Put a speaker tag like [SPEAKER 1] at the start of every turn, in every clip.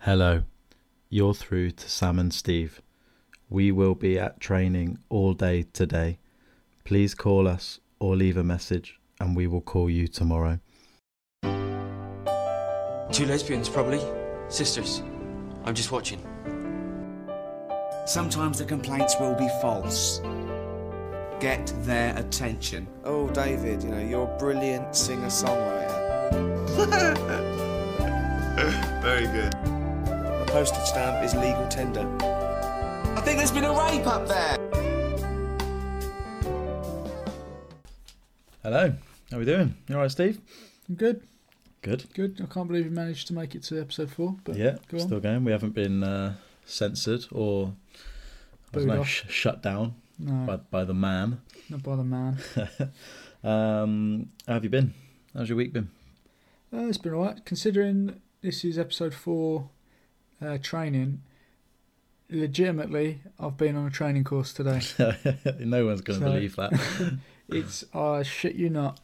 [SPEAKER 1] Hello, you're through to Sam and Steve. We will be at training all day today. Please call us or leave a message and we will call you tomorrow.
[SPEAKER 2] Two lesbians, probably. Sisters. I'm just watching.
[SPEAKER 3] Sometimes the complaints will be false. Get their attention.
[SPEAKER 4] Oh, David, you know, you're a brilliant singer songwriter.
[SPEAKER 5] Very good.
[SPEAKER 4] A postage stamp is legal tender.
[SPEAKER 3] I think there's been a rape up there.
[SPEAKER 1] Hello, how we doing? You alright, Steve?
[SPEAKER 6] I'm good,
[SPEAKER 1] Good.
[SPEAKER 6] good. I can't believe we managed to make it to episode four. But
[SPEAKER 1] Yeah,
[SPEAKER 6] go on.
[SPEAKER 1] still going. We haven't been uh, censored or I don't
[SPEAKER 6] Booed
[SPEAKER 1] know,
[SPEAKER 6] off.
[SPEAKER 1] sh- shut down
[SPEAKER 6] no,
[SPEAKER 1] by, by the man.
[SPEAKER 6] not by the man.
[SPEAKER 1] um, how have you been? How's your week been?
[SPEAKER 6] Uh, it's been alright. Considering this is episode four uh, training, legitimately, I've been on a training course today.
[SPEAKER 1] no one's going to
[SPEAKER 6] So-
[SPEAKER 1] believe that.
[SPEAKER 6] it's, I shit you not,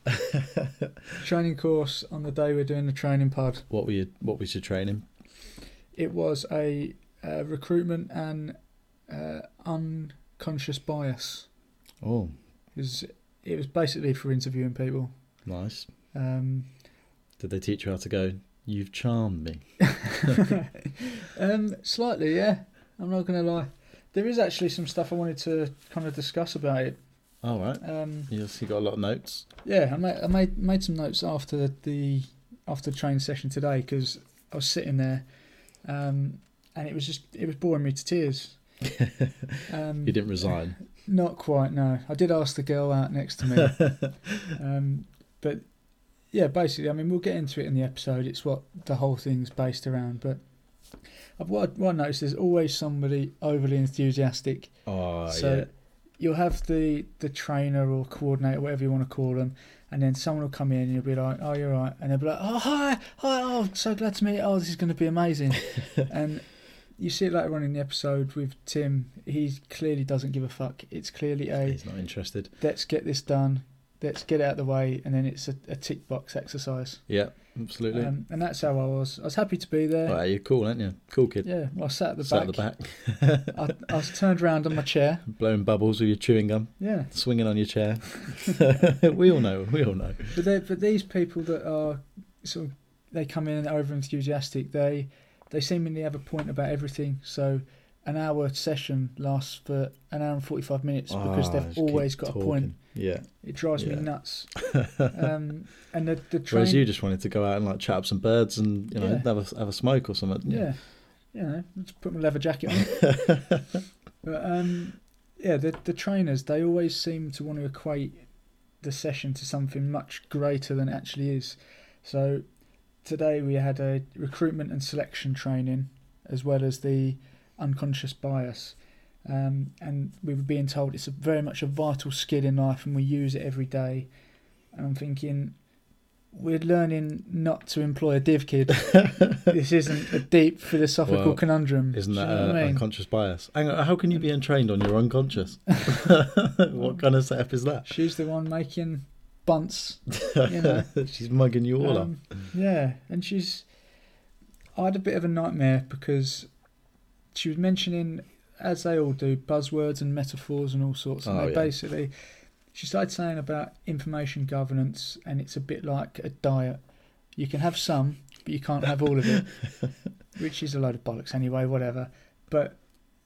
[SPEAKER 6] training course on the day we're doing the training pod.
[SPEAKER 1] What were you? What was your training?
[SPEAKER 6] It was a uh, recruitment and uh, unconscious bias.
[SPEAKER 1] Oh,
[SPEAKER 6] It was, it was basically for interviewing people.
[SPEAKER 1] nice.
[SPEAKER 6] Um,
[SPEAKER 1] Did they teach you how to go? You've charmed me.
[SPEAKER 6] Um, slightly, yeah. I'm not going to lie. There is actually some stuff I wanted to kind of discuss about it.
[SPEAKER 1] All right.
[SPEAKER 6] Um,
[SPEAKER 1] You obviously got a lot of notes.
[SPEAKER 6] yeah, I made, I made made some notes after the after the train session today because I was sitting there, um, and it was just it was boring me to tears. Um,
[SPEAKER 1] You didn't resign.
[SPEAKER 6] Not quite. No, I did ask the girl out next to me, um, but yeah, basically, I mean, we'll get into it in the episode. It's what the whole thing's based around. But I've, what, I, what I noticed there's always somebody overly enthusiastic.
[SPEAKER 1] oh
[SPEAKER 6] so you'll have the the trainer or coordinator, whatever you want to call them, and then someone will come in and you'll be like, "Oh, you're right," and they'll be like, "Oh, hi, hi, oh, so glad to meet you. Oh, this is going to be amazing," and you see it later on in the episode with Tim. He clearly doesn't give a fuck. It's clearly
[SPEAKER 1] yeah.
[SPEAKER 6] a
[SPEAKER 1] He's not interested.
[SPEAKER 6] let's get this done, let's get it out of the way, and then it's a, a tick box exercise.
[SPEAKER 1] Yeah, absolutely.
[SPEAKER 6] Um, and that's how I was. I was happy to be there.
[SPEAKER 1] All right, you're cool, aren't you? Cool kid.
[SPEAKER 6] Yeah, well, I sat at the
[SPEAKER 1] Sat at the
[SPEAKER 6] back.
[SPEAKER 1] back,
[SPEAKER 6] I, I was turned around on my chair.
[SPEAKER 1] blowing bubbles with your chewing gum,
[SPEAKER 6] Yeah,
[SPEAKER 1] swinging on your chair. we all know. We all know.
[SPEAKER 6] but they but these people that are sort of they come in over enthusiastic. They they seemingly have a point about everything. So an hour session lasts for an hour and forty five minutes because
[SPEAKER 1] Ah,
[SPEAKER 6] they've
[SPEAKER 1] just keep
[SPEAKER 6] always got a point.
[SPEAKER 1] talking. Yeah.
[SPEAKER 6] It drives
[SPEAKER 1] Yeah.
[SPEAKER 6] me nuts. um, and the the train.
[SPEAKER 1] Whereas you just wanted to go out and like chat up some birds and you know
[SPEAKER 6] Yeah.
[SPEAKER 1] have a have a smoke or something.
[SPEAKER 6] yeah, you know, just put my leather jacket on. but um, yeah, the the trainers they always seem to want to equate the session to something much greater than it actually is. So today we had a recruitment and selection training, as well as the unconscious bias. Um, and we were being told it's a very much a vital skill in life, and we use it every day. And I'm thinking, we're learning not to employ a div kid. this isn't a deep philosophical
[SPEAKER 1] Well,
[SPEAKER 6] conundrum.
[SPEAKER 1] Isn't
[SPEAKER 6] Do you
[SPEAKER 1] that
[SPEAKER 6] know what
[SPEAKER 1] uh,
[SPEAKER 6] I mean?
[SPEAKER 1] unconscious bias? Hang on, how can you be entrained on your unconscious? what kind of setup is that?
[SPEAKER 6] She's the one making bunts. You know.
[SPEAKER 1] She's mugging you all
[SPEAKER 6] Um, yeah, and she's. I had a bit of a nightmare because she was mentioning, as they all do, buzzwords and metaphors and all sorts. And
[SPEAKER 1] Oh,
[SPEAKER 6] they
[SPEAKER 1] yeah.
[SPEAKER 6] basically, she started saying about information governance, and it's a bit like a diet. You can have some, but you can't have all of it, which is a load of bollocks anyway, whatever. But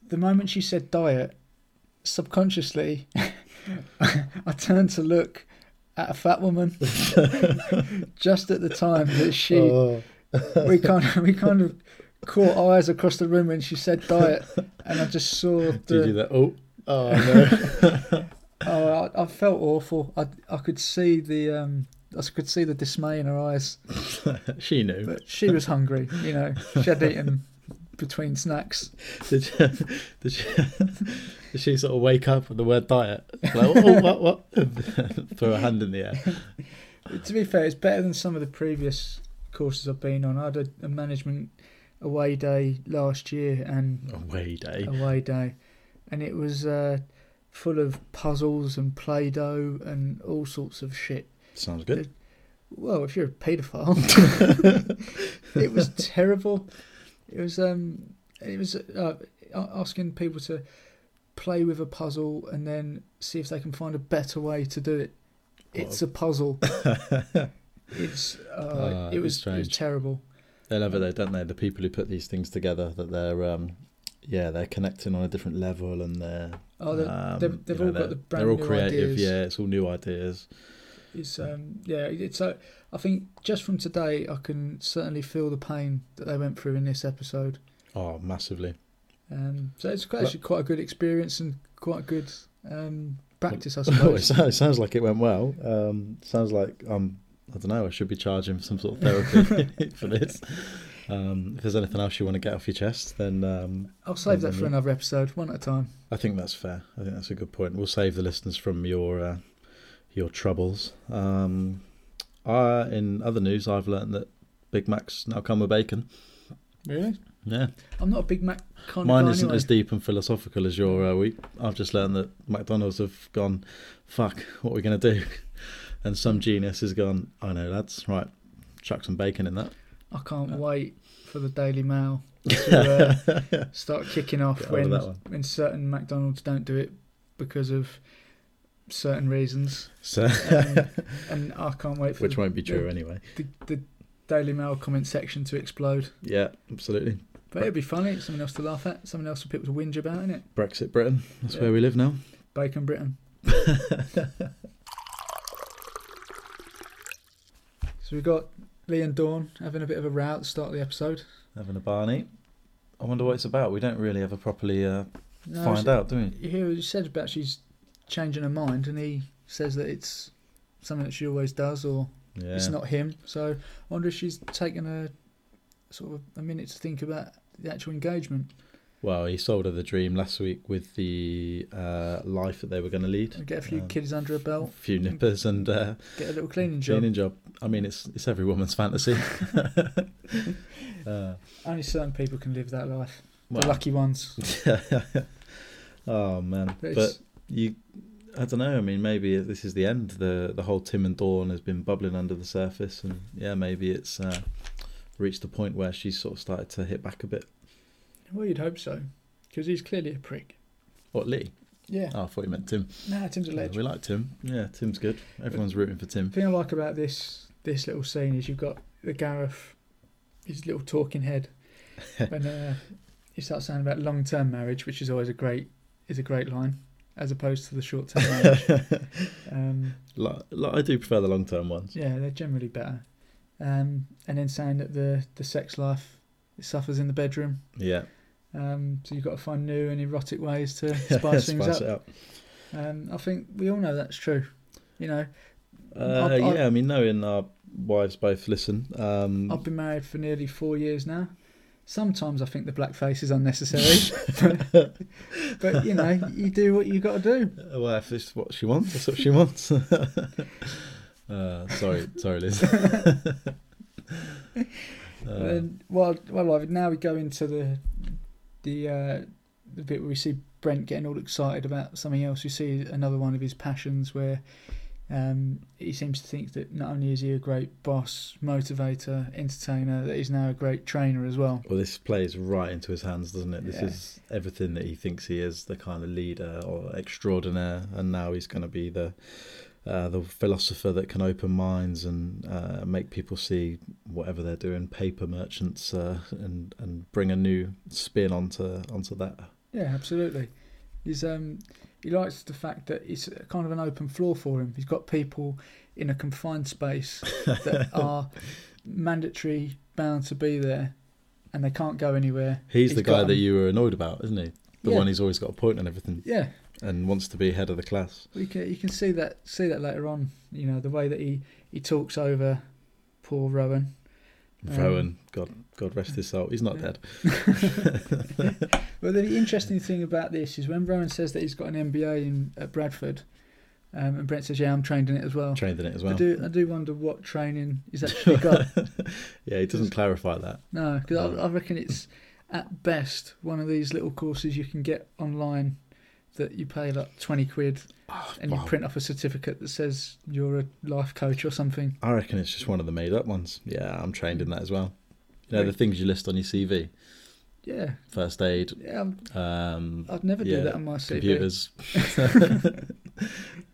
[SPEAKER 6] the moment she said diet, subconsciously, I turned to look at a fat woman just at the time that
[SPEAKER 1] up.
[SPEAKER 6] she
[SPEAKER 1] Oh.
[SPEAKER 6] we kind of we kind of caught eyes across the room when she said diet, and I just
[SPEAKER 1] do
[SPEAKER 6] saw
[SPEAKER 1] you do
[SPEAKER 6] the.
[SPEAKER 1] that? Oh, oh no.
[SPEAKER 6] Oh, I, I felt awful. I I could see the um. I could see the dismay in her eyes,
[SPEAKER 1] she knew.
[SPEAKER 6] but she was hungry. You know, she had eaten between snacks.
[SPEAKER 1] Did she, did, she, did she sort of wake up with the word diet? Like, oh, what, what? Throw her hand in the air.
[SPEAKER 6] But to be fair, it's better than some of the previous courses I've been on. I had a, a management away day last year, and
[SPEAKER 1] Away day.
[SPEAKER 6] away day, and it was uh, full of puzzles and play doh and all sorts of shit.
[SPEAKER 1] Sounds good.
[SPEAKER 6] Well, if you're a paedophile, it was terrible. It was um, it was uh, a- asking people to play with a puzzle and then see if they can find a better way to do it. It's a puzzle. it's uh,
[SPEAKER 1] Ah,
[SPEAKER 6] it
[SPEAKER 1] it's
[SPEAKER 6] was it was
[SPEAKER 1] strange.
[SPEAKER 6] terrible.
[SPEAKER 1] They love it though, don't they? The people who put these things together, that they're um, yeah, they're connecting on a different level, and they're
[SPEAKER 6] Oh, they
[SPEAKER 1] um,
[SPEAKER 6] they've, they've
[SPEAKER 1] you know,
[SPEAKER 6] all got
[SPEAKER 1] they're-
[SPEAKER 6] the brand
[SPEAKER 1] they're all
[SPEAKER 6] new
[SPEAKER 1] creative.
[SPEAKER 6] ideas.
[SPEAKER 1] Yeah, it's all new ideas.
[SPEAKER 6] It's um, yeah. It's uh, I think just from today, I can certainly feel the pain that they went through in this episode.
[SPEAKER 1] Oh, massively.
[SPEAKER 6] Um, so it's quite,
[SPEAKER 1] Well-
[SPEAKER 6] actually quite a good experience and quite good um, practice, I
[SPEAKER 1] Well, uh, it
[SPEAKER 6] suppose.
[SPEAKER 1] sounds, it sounds like it went well. Um, sounds like um, I don't know. I should be charging for some sort of therapy for this. Um, if there's anything else you want to get off your chest, then um,
[SPEAKER 6] I'll save that for another episode, one at a time.
[SPEAKER 1] I think that's fair. I think that's a good point. We'll save the listeners from your uh, your troubles. Um, I, in other news, I've learned that Big Macs now come with bacon.
[SPEAKER 6] Really?
[SPEAKER 1] Yeah,
[SPEAKER 6] I'm not a Big Mac kind
[SPEAKER 1] mine
[SPEAKER 6] of guy
[SPEAKER 1] isn't
[SPEAKER 6] Oh, anyway.
[SPEAKER 1] as deep and philosophical as your uh, week. I've just learned that McDonald's have gone, fuck, what are we going to do? And some genius has gone, I know, lads, right, chuck some bacon in that.
[SPEAKER 6] I can't wait for the Daily Mail to uh, start kicking off
[SPEAKER 1] Get hold of
[SPEAKER 6] when,
[SPEAKER 1] that one.
[SPEAKER 6] when certain McDonald's don't do it because of certain reasons.
[SPEAKER 1] So,
[SPEAKER 6] Um, and I can't wait for
[SPEAKER 1] which
[SPEAKER 6] the,
[SPEAKER 1] won't be true eh? anyway.
[SPEAKER 6] the, the Daily Mail comment section to explode.
[SPEAKER 1] Yeah, absolutely.
[SPEAKER 6] But it'd be funny. It's something else to laugh at, something else for people to whinge about, innit?
[SPEAKER 1] Brexit Britain, that's
[SPEAKER 6] Yeah.
[SPEAKER 1] where we live now.
[SPEAKER 6] Bacon Britain. so we've got Lee and Dawn having a bit of a row at the start of the episode.
[SPEAKER 1] Having a Barney. I wonder what it's about. We don't really ever properly uh,
[SPEAKER 6] No,
[SPEAKER 1] find
[SPEAKER 6] she-
[SPEAKER 1] out, do we?
[SPEAKER 6] You hear what she said about she's changing her mind, and he says that it's something that she always does, or
[SPEAKER 1] Yeah.
[SPEAKER 6] it's not him. So I wonder if she's taken a sort of a minute to think about the actual engagement
[SPEAKER 1] Well, he sold her the dream last week with the uh, life that they were going to lead.
[SPEAKER 6] and get a few
[SPEAKER 1] Um,
[SPEAKER 6] kids under
[SPEAKER 1] A
[SPEAKER 6] her belt,
[SPEAKER 1] few nippers and uh,
[SPEAKER 6] get a little Oh. cleaning job.
[SPEAKER 1] cleaning job. I mean, it's it's every woman's fantasy. uh,
[SPEAKER 6] Only certain people can live that life.
[SPEAKER 1] well,
[SPEAKER 6] The lucky ones.
[SPEAKER 1] oh man,
[SPEAKER 6] But
[SPEAKER 1] but
[SPEAKER 6] it's-
[SPEAKER 1] you i don't know i mean maybe this is the end the the whole tim and dawn has been bubbling under the surface and yeah maybe it's uh, reached the point where she's sort of started to hit back a bit
[SPEAKER 6] Well, you'd hope so, because he's clearly a prick.
[SPEAKER 1] what lee
[SPEAKER 6] Yeah.
[SPEAKER 1] oh, i thought you meant tim
[SPEAKER 6] Nah, Tim's a
[SPEAKER 1] Yeah,
[SPEAKER 6] legend.
[SPEAKER 1] we like tim yeah tim's good everyone's rooting for tim
[SPEAKER 6] The thing I like about this this little scene is you've got the Gareth, his little talking head, when uh, he starts saying about long term marriage, which is always a great is a great line, as opposed to the short term marriage. um,
[SPEAKER 1] like, like i do prefer the long-term ones
[SPEAKER 6] yeah, they're generally better. Um, and then saying that the the sex life suffers in the bedroom.
[SPEAKER 1] yeah
[SPEAKER 6] Um, so you've got to find new and erotic ways to spice things
[SPEAKER 1] Spice
[SPEAKER 6] up.
[SPEAKER 1] it up.
[SPEAKER 6] Um, I think we all know that's true. You know,
[SPEAKER 1] Uh,
[SPEAKER 6] I'll- I'll-
[SPEAKER 1] yeah i mean knowing our wives both listen um
[SPEAKER 6] I've been married for nearly four years now. Sometimes I think the blackface is unnecessary, but, but, you know, you do what you got to do.
[SPEAKER 1] Well, if this is what she wants, that's what she wants. uh, sorry, sorry, Liz. uh,
[SPEAKER 6] And well, well, I've- now we go into the the uh, the bit where we see Brent getting all excited about something else. We see another one of his passions where um, he seems to think that not only is he a great boss, motivator, entertainer, that he's now a great trainer as well.
[SPEAKER 1] well, this plays right into his hands, doesn't it? This
[SPEAKER 6] Yeah.
[SPEAKER 1] is everything that he thinks he is—the kind of leader or extraordinaire, and now he's going to be the uh, the philosopher that can open minds and uh, make people see whatever they're doing, paper merchants, uh, and and bring a new spin onto onto that.
[SPEAKER 6] Yeah, absolutely. He's um he likes the fact that it's kind of an open floor for him. He's got people in a confined space that are mandatory bound to be there, and they can't go anywhere.
[SPEAKER 1] He's,
[SPEAKER 6] He's
[SPEAKER 1] the
[SPEAKER 6] got
[SPEAKER 1] guy that
[SPEAKER 6] him.
[SPEAKER 1] you were annoyed about, isn't he? The
[SPEAKER 6] Yeah.
[SPEAKER 1] one who's always got a point on everything
[SPEAKER 6] Yeah,
[SPEAKER 1] and wants to be head of the class.
[SPEAKER 6] we can you can see that see that later on. You know the way that he he talks over poor Rowan. Um,
[SPEAKER 1] Rowan, God, God rest his soul. He's not
[SPEAKER 6] yeah.
[SPEAKER 1] dead.
[SPEAKER 6] Well, the interesting thing about this is when Rowan says that he's got an MBA in at Bradford, um, and Brent says, "Yeah, I'm trained in it as well."
[SPEAKER 1] Trained in it as
[SPEAKER 6] I
[SPEAKER 1] well.
[SPEAKER 6] do I do wonder what training he's actually got.
[SPEAKER 1] Yeah, he doesn't clarify that.
[SPEAKER 6] No, because
[SPEAKER 1] No.
[SPEAKER 6] I, I reckon it's at best one of these little courses you can get online that you pay like 20 quid and you
[SPEAKER 1] Oh, wow.
[SPEAKER 6] print off a certificate that says you're a life coach or something. Mm.
[SPEAKER 1] I reckon it's just one of the made up ones. Yeah, I'm trained in that as well. You know, the things you list on your CV
[SPEAKER 6] Yeah,
[SPEAKER 1] first aid,
[SPEAKER 6] yeah. I'm,
[SPEAKER 1] um,
[SPEAKER 6] I'd never
[SPEAKER 1] Yeah,
[SPEAKER 6] do that on my CV.
[SPEAKER 1] computers.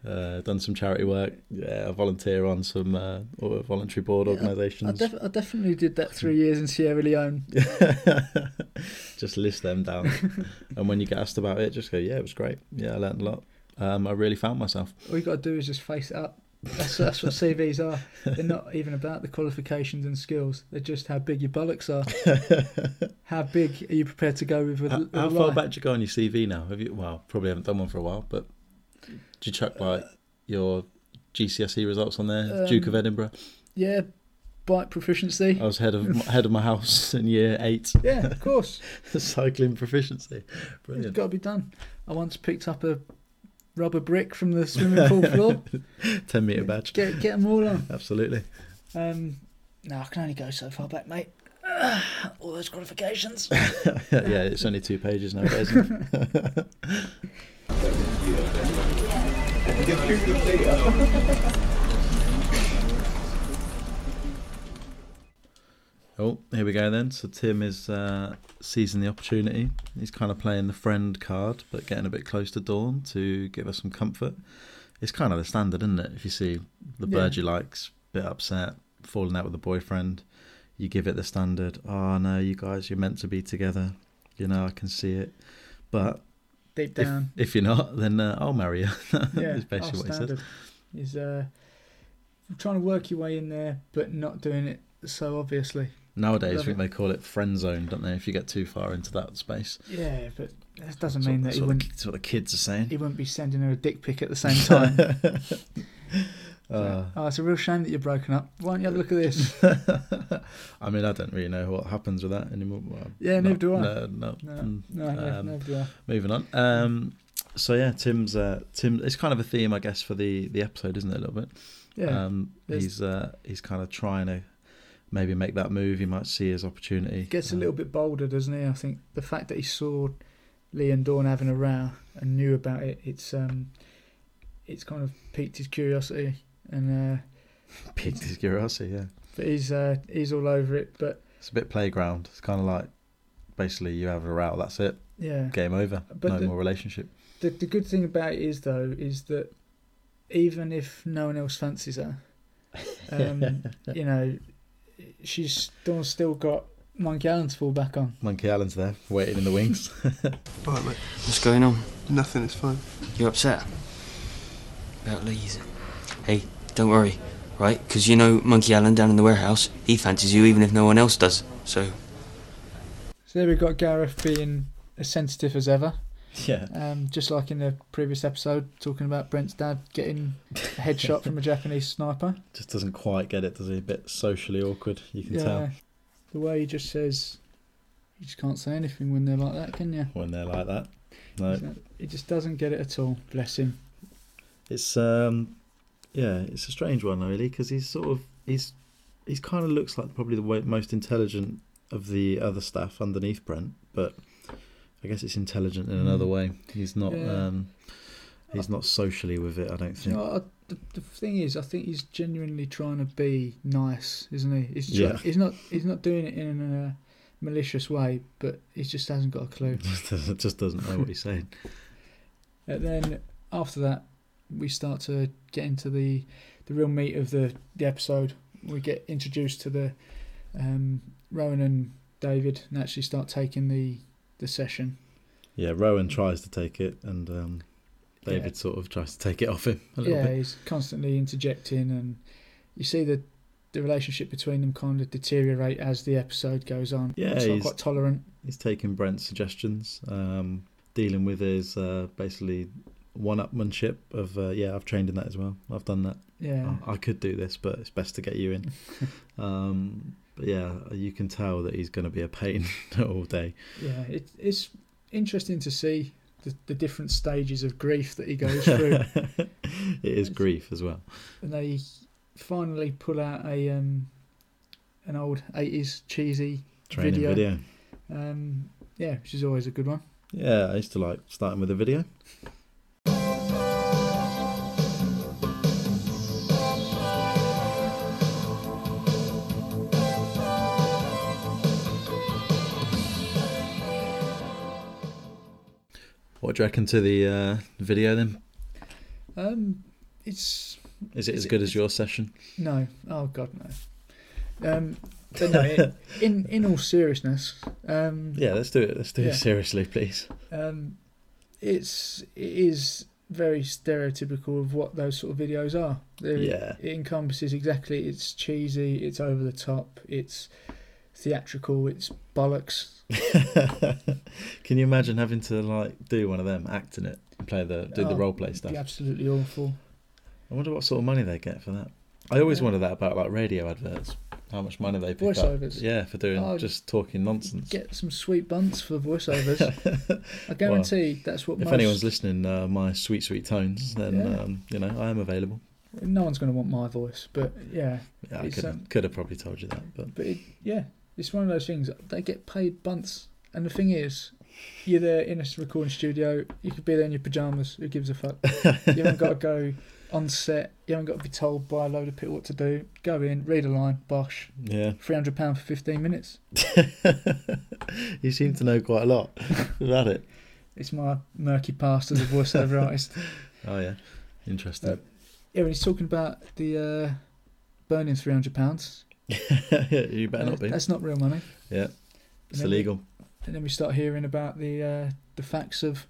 [SPEAKER 1] uh, done some charity work. Yeah, I volunteer on some uh, or- voluntary board
[SPEAKER 6] Yeah, I- I,
[SPEAKER 1] organisations.
[SPEAKER 6] def- I definitely did that
[SPEAKER 1] Hmm.
[SPEAKER 6] three years in Sierra Leone.
[SPEAKER 1] just list them down, and when you get asked about it, just go, "Yeah, it was great. Yeah, I learned a lot. Um, I really found myself."
[SPEAKER 6] All you got to do is just face it up. That's, that's what CVs are. They're not even about the qualifications and skills. They're just how big your bollocks are. How big are you prepared to go with? with
[SPEAKER 1] How,
[SPEAKER 6] with
[SPEAKER 1] how
[SPEAKER 6] a
[SPEAKER 1] far
[SPEAKER 6] lie?
[SPEAKER 1] back do you go on your CV now? Have you? Well, probably haven't done one for a while, but do you chuck like your GCSE E results on there? Duke of
[SPEAKER 6] um,
[SPEAKER 1] Edinburgh.
[SPEAKER 6] Yeah, bike proficiency.
[SPEAKER 1] I was head of head of my house in year eight.
[SPEAKER 6] Yeah, of course.
[SPEAKER 1] Cycling proficiency.
[SPEAKER 6] It's
[SPEAKER 1] Brilliant.
[SPEAKER 6] got to be done. I once picked up a rubber brick from the swimming pool floor.
[SPEAKER 1] Ten meter badge.
[SPEAKER 6] Get get them all on.
[SPEAKER 1] Absolutely.
[SPEAKER 6] Um, no, I can only go so far back, mate. all those qualifications.
[SPEAKER 1] yeah, it's only two pages nowadays. isn't it? oh, here we go then. So Tim is uh, seizing the opportunity. He's kind of playing the friend card, but getting a bit close to dawn to give us some comfort. It's kind of the standard, isn't it? If you see the bird
[SPEAKER 6] Yeah.
[SPEAKER 1] you like's a bit upset, falling out with a boyfriend, you give it the standard. Oh no, you guys, you're meant to be together. You know, I can see it. But
[SPEAKER 6] Deep
[SPEAKER 1] if,
[SPEAKER 6] down.
[SPEAKER 1] if you're not, then uh, I'll marry you.
[SPEAKER 6] yeah,
[SPEAKER 1] is basically
[SPEAKER 6] our
[SPEAKER 1] what he says.
[SPEAKER 6] standard Is uh, trying to work your way in there, but not doing it so obviously.
[SPEAKER 1] Nowadays, I
[SPEAKER 6] Love
[SPEAKER 1] think they call it friend zone, don't they? If you get too far into that space,
[SPEAKER 6] Yeah, but that doesn't
[SPEAKER 1] That's what-
[SPEAKER 6] mean that
[SPEAKER 1] that's
[SPEAKER 6] he
[SPEAKER 1] what the-
[SPEAKER 6] wouldn't.
[SPEAKER 1] That's what the kids are saying.
[SPEAKER 6] He wouldn't be sending her a dick pic at the same time.
[SPEAKER 1] Uh,
[SPEAKER 6] oh, it's a real shame that you're broken up. Why don't you have a look at this?
[SPEAKER 1] I mean, I don't really know what happens with that anymore. Well,
[SPEAKER 6] Yeah, neither do I.
[SPEAKER 1] No, no.
[SPEAKER 6] No,
[SPEAKER 1] Mm.
[SPEAKER 6] no, no,
[SPEAKER 1] Um,
[SPEAKER 6] no, do I.
[SPEAKER 1] Moving on. Um, so yeah, Tim's uh, Tim. It's kind of a theme, I guess, for the the episode, isn't it? A little bit.
[SPEAKER 6] Yeah,
[SPEAKER 1] um,
[SPEAKER 6] there's-
[SPEAKER 1] he's uh, he's kind of trying to maybe make that move. He might see his opportunity. Uh,
[SPEAKER 6] he gets a little bit bolder, doesn't he? I think the fact that he saw Lee and Dawn having a row and knew about it, it's um, it's kind of piqued his curiosity, and uh,
[SPEAKER 1] piqued his curiosity. Yeah,
[SPEAKER 6] but he's uh, he's all over it. But
[SPEAKER 1] it's a bit playground. It's kind of like basically you have a row. That's it.
[SPEAKER 6] yeah,
[SPEAKER 1] Game over.
[SPEAKER 6] But
[SPEAKER 1] no
[SPEAKER 6] the-
[SPEAKER 1] more relationship.
[SPEAKER 6] the the good thing about it is though is that even if no one else fancies her, um, you know, she's Dawn's still got Monkey Allen to fall back on.
[SPEAKER 1] Monkey Allen's there waiting in the wings.
[SPEAKER 5] Right, mate.
[SPEAKER 2] What's going on?
[SPEAKER 5] Nothing, it's fine.
[SPEAKER 2] You upset? About Lee's. Hey, don't worry, right? Because you know Monkey Allen down in the warehouse, he fancies you even if no one else does. So,
[SPEAKER 6] So there we've got Gareth being as sensitive as ever.
[SPEAKER 1] yeah.
[SPEAKER 6] Um, just like in the previous episode, talking about Brent's dad getting a headshot from a Japanese sniper.
[SPEAKER 1] Just doesn't quite get it. Does he? A bit socially awkward. You can tell
[SPEAKER 6] The way he just says, you just can't say anything when they're like that, can you?
[SPEAKER 1] when they're like that. No,
[SPEAKER 6] He just doesn't get it at all. Bless him.
[SPEAKER 1] it's um, yeah, it's a strange one really because he's sort of he's he's kind of looks like probably the wa- most intelligent of the other staff underneath Brent, but I guess it's intelligent in another way. He's not
[SPEAKER 6] Yeah.
[SPEAKER 1] um, he's not socially with it. I don't
[SPEAKER 6] You
[SPEAKER 1] think.
[SPEAKER 6] know, I, the, the thing is, I think he's genuinely trying to be nice, isn't he? He's, try-
[SPEAKER 1] Yeah.
[SPEAKER 6] he's not. He's not doing it in a malicious way, but he just hasn't got a clue.
[SPEAKER 1] Just doesn't- just doesn't know what he's saying.
[SPEAKER 6] And then after that, we start to get into the the real meat of the the episode. We get introduced to the um, Rowan and David, and actually start taking the the session.
[SPEAKER 1] Yeah, Rowan tries to take it, and um, David
[SPEAKER 6] Yeah.
[SPEAKER 1] sort of tries to take it off him a little
[SPEAKER 6] yeah,
[SPEAKER 1] bit.
[SPEAKER 6] he's constantly interjecting, and you see the the relationship between them kind of deteriorate as the episode goes on.
[SPEAKER 1] Yeah,
[SPEAKER 6] it's not
[SPEAKER 1] he's-
[SPEAKER 6] quite tolerant.
[SPEAKER 1] He's taking Brent's suggestions, um, dealing with his uh, basically one-upmanship of uh, yeah, I've trained in that as well. I've done that.
[SPEAKER 6] Yeah,
[SPEAKER 1] I I could do this, but it's best to get you in. um, but yeah, you can tell that he's going to be a pain all day.
[SPEAKER 6] yeah. It, it's interesting to see the, the different stages of grief that he goes through,
[SPEAKER 1] it is grief as well.
[SPEAKER 6] and they finally pull out a um, an old eighties cheesy.
[SPEAKER 1] Training
[SPEAKER 6] Video.
[SPEAKER 1] video.
[SPEAKER 6] Um, yeah, which is always a good one.
[SPEAKER 1] Yeah, I used to like starting with a video. What do you reckon to the uh, video then?
[SPEAKER 6] Um, it's
[SPEAKER 1] Is it
[SPEAKER 6] Is
[SPEAKER 1] as
[SPEAKER 6] it-
[SPEAKER 1] good as your session?
[SPEAKER 6] no. Oh God, no. Um, but no. It, in in all seriousness, um,
[SPEAKER 1] Yeah, let's do it. Let's do
[SPEAKER 6] Yeah.
[SPEAKER 1] it seriously, please.
[SPEAKER 6] um, it's it is very stereotypical of what those sort of videos are. There-
[SPEAKER 1] Yeah.
[SPEAKER 6] it encompasses exactly. It's cheesy. It's over the top. It's theatrical. It's bollocks.
[SPEAKER 1] Can you imagine having to like do one of them, act in it, and play the do the
[SPEAKER 6] Oh,
[SPEAKER 1] role play
[SPEAKER 6] It'd
[SPEAKER 1] stuff?
[SPEAKER 6] be absolutely awful.
[SPEAKER 1] I wonder what sort of money they get for that. I always
[SPEAKER 6] Yeah.
[SPEAKER 1] wonder that about like radio adverts, how much money they pick up.
[SPEAKER 6] Voiceovers.
[SPEAKER 1] Yeah, for doing
[SPEAKER 6] Oh,
[SPEAKER 1] just talking nonsense.
[SPEAKER 6] Get some sweet bunts for voiceovers. I guarantee that's what
[SPEAKER 1] if
[SPEAKER 6] most.
[SPEAKER 1] anyone's listening, uh, my sweet sweet tones, then
[SPEAKER 6] Yeah.
[SPEAKER 1] um, you know I am available.
[SPEAKER 6] no one's going to want my voice, but yeah,
[SPEAKER 1] Yeah, I
[SPEAKER 6] It's,
[SPEAKER 1] could
[SPEAKER 6] um,
[SPEAKER 1] could have probably told you that, but
[SPEAKER 6] but it, yeah, it's one of those things. They get paid bunts, and the thing is, you're there in a recording studio. You could be there in your pajamas. Who gives a fuck? You haven't got to go on set. You haven't got to be told by a load of people what to do. Go in, read a line, bosh.
[SPEAKER 1] yeah,
[SPEAKER 6] Three hundred pound for fifteen minutes.
[SPEAKER 1] you seem to know quite a lot about it.
[SPEAKER 6] It's my murky past as a voiceover artist.
[SPEAKER 1] Oh yeah, interesting.
[SPEAKER 6] Uh, Yeah, when he's talking about the uh, burning three hundred pounds.
[SPEAKER 1] you better not be.
[SPEAKER 6] That's not real money.
[SPEAKER 1] Yeah, it's
[SPEAKER 6] then-
[SPEAKER 1] illegal.
[SPEAKER 6] and then we start hearing about the uh, the facts of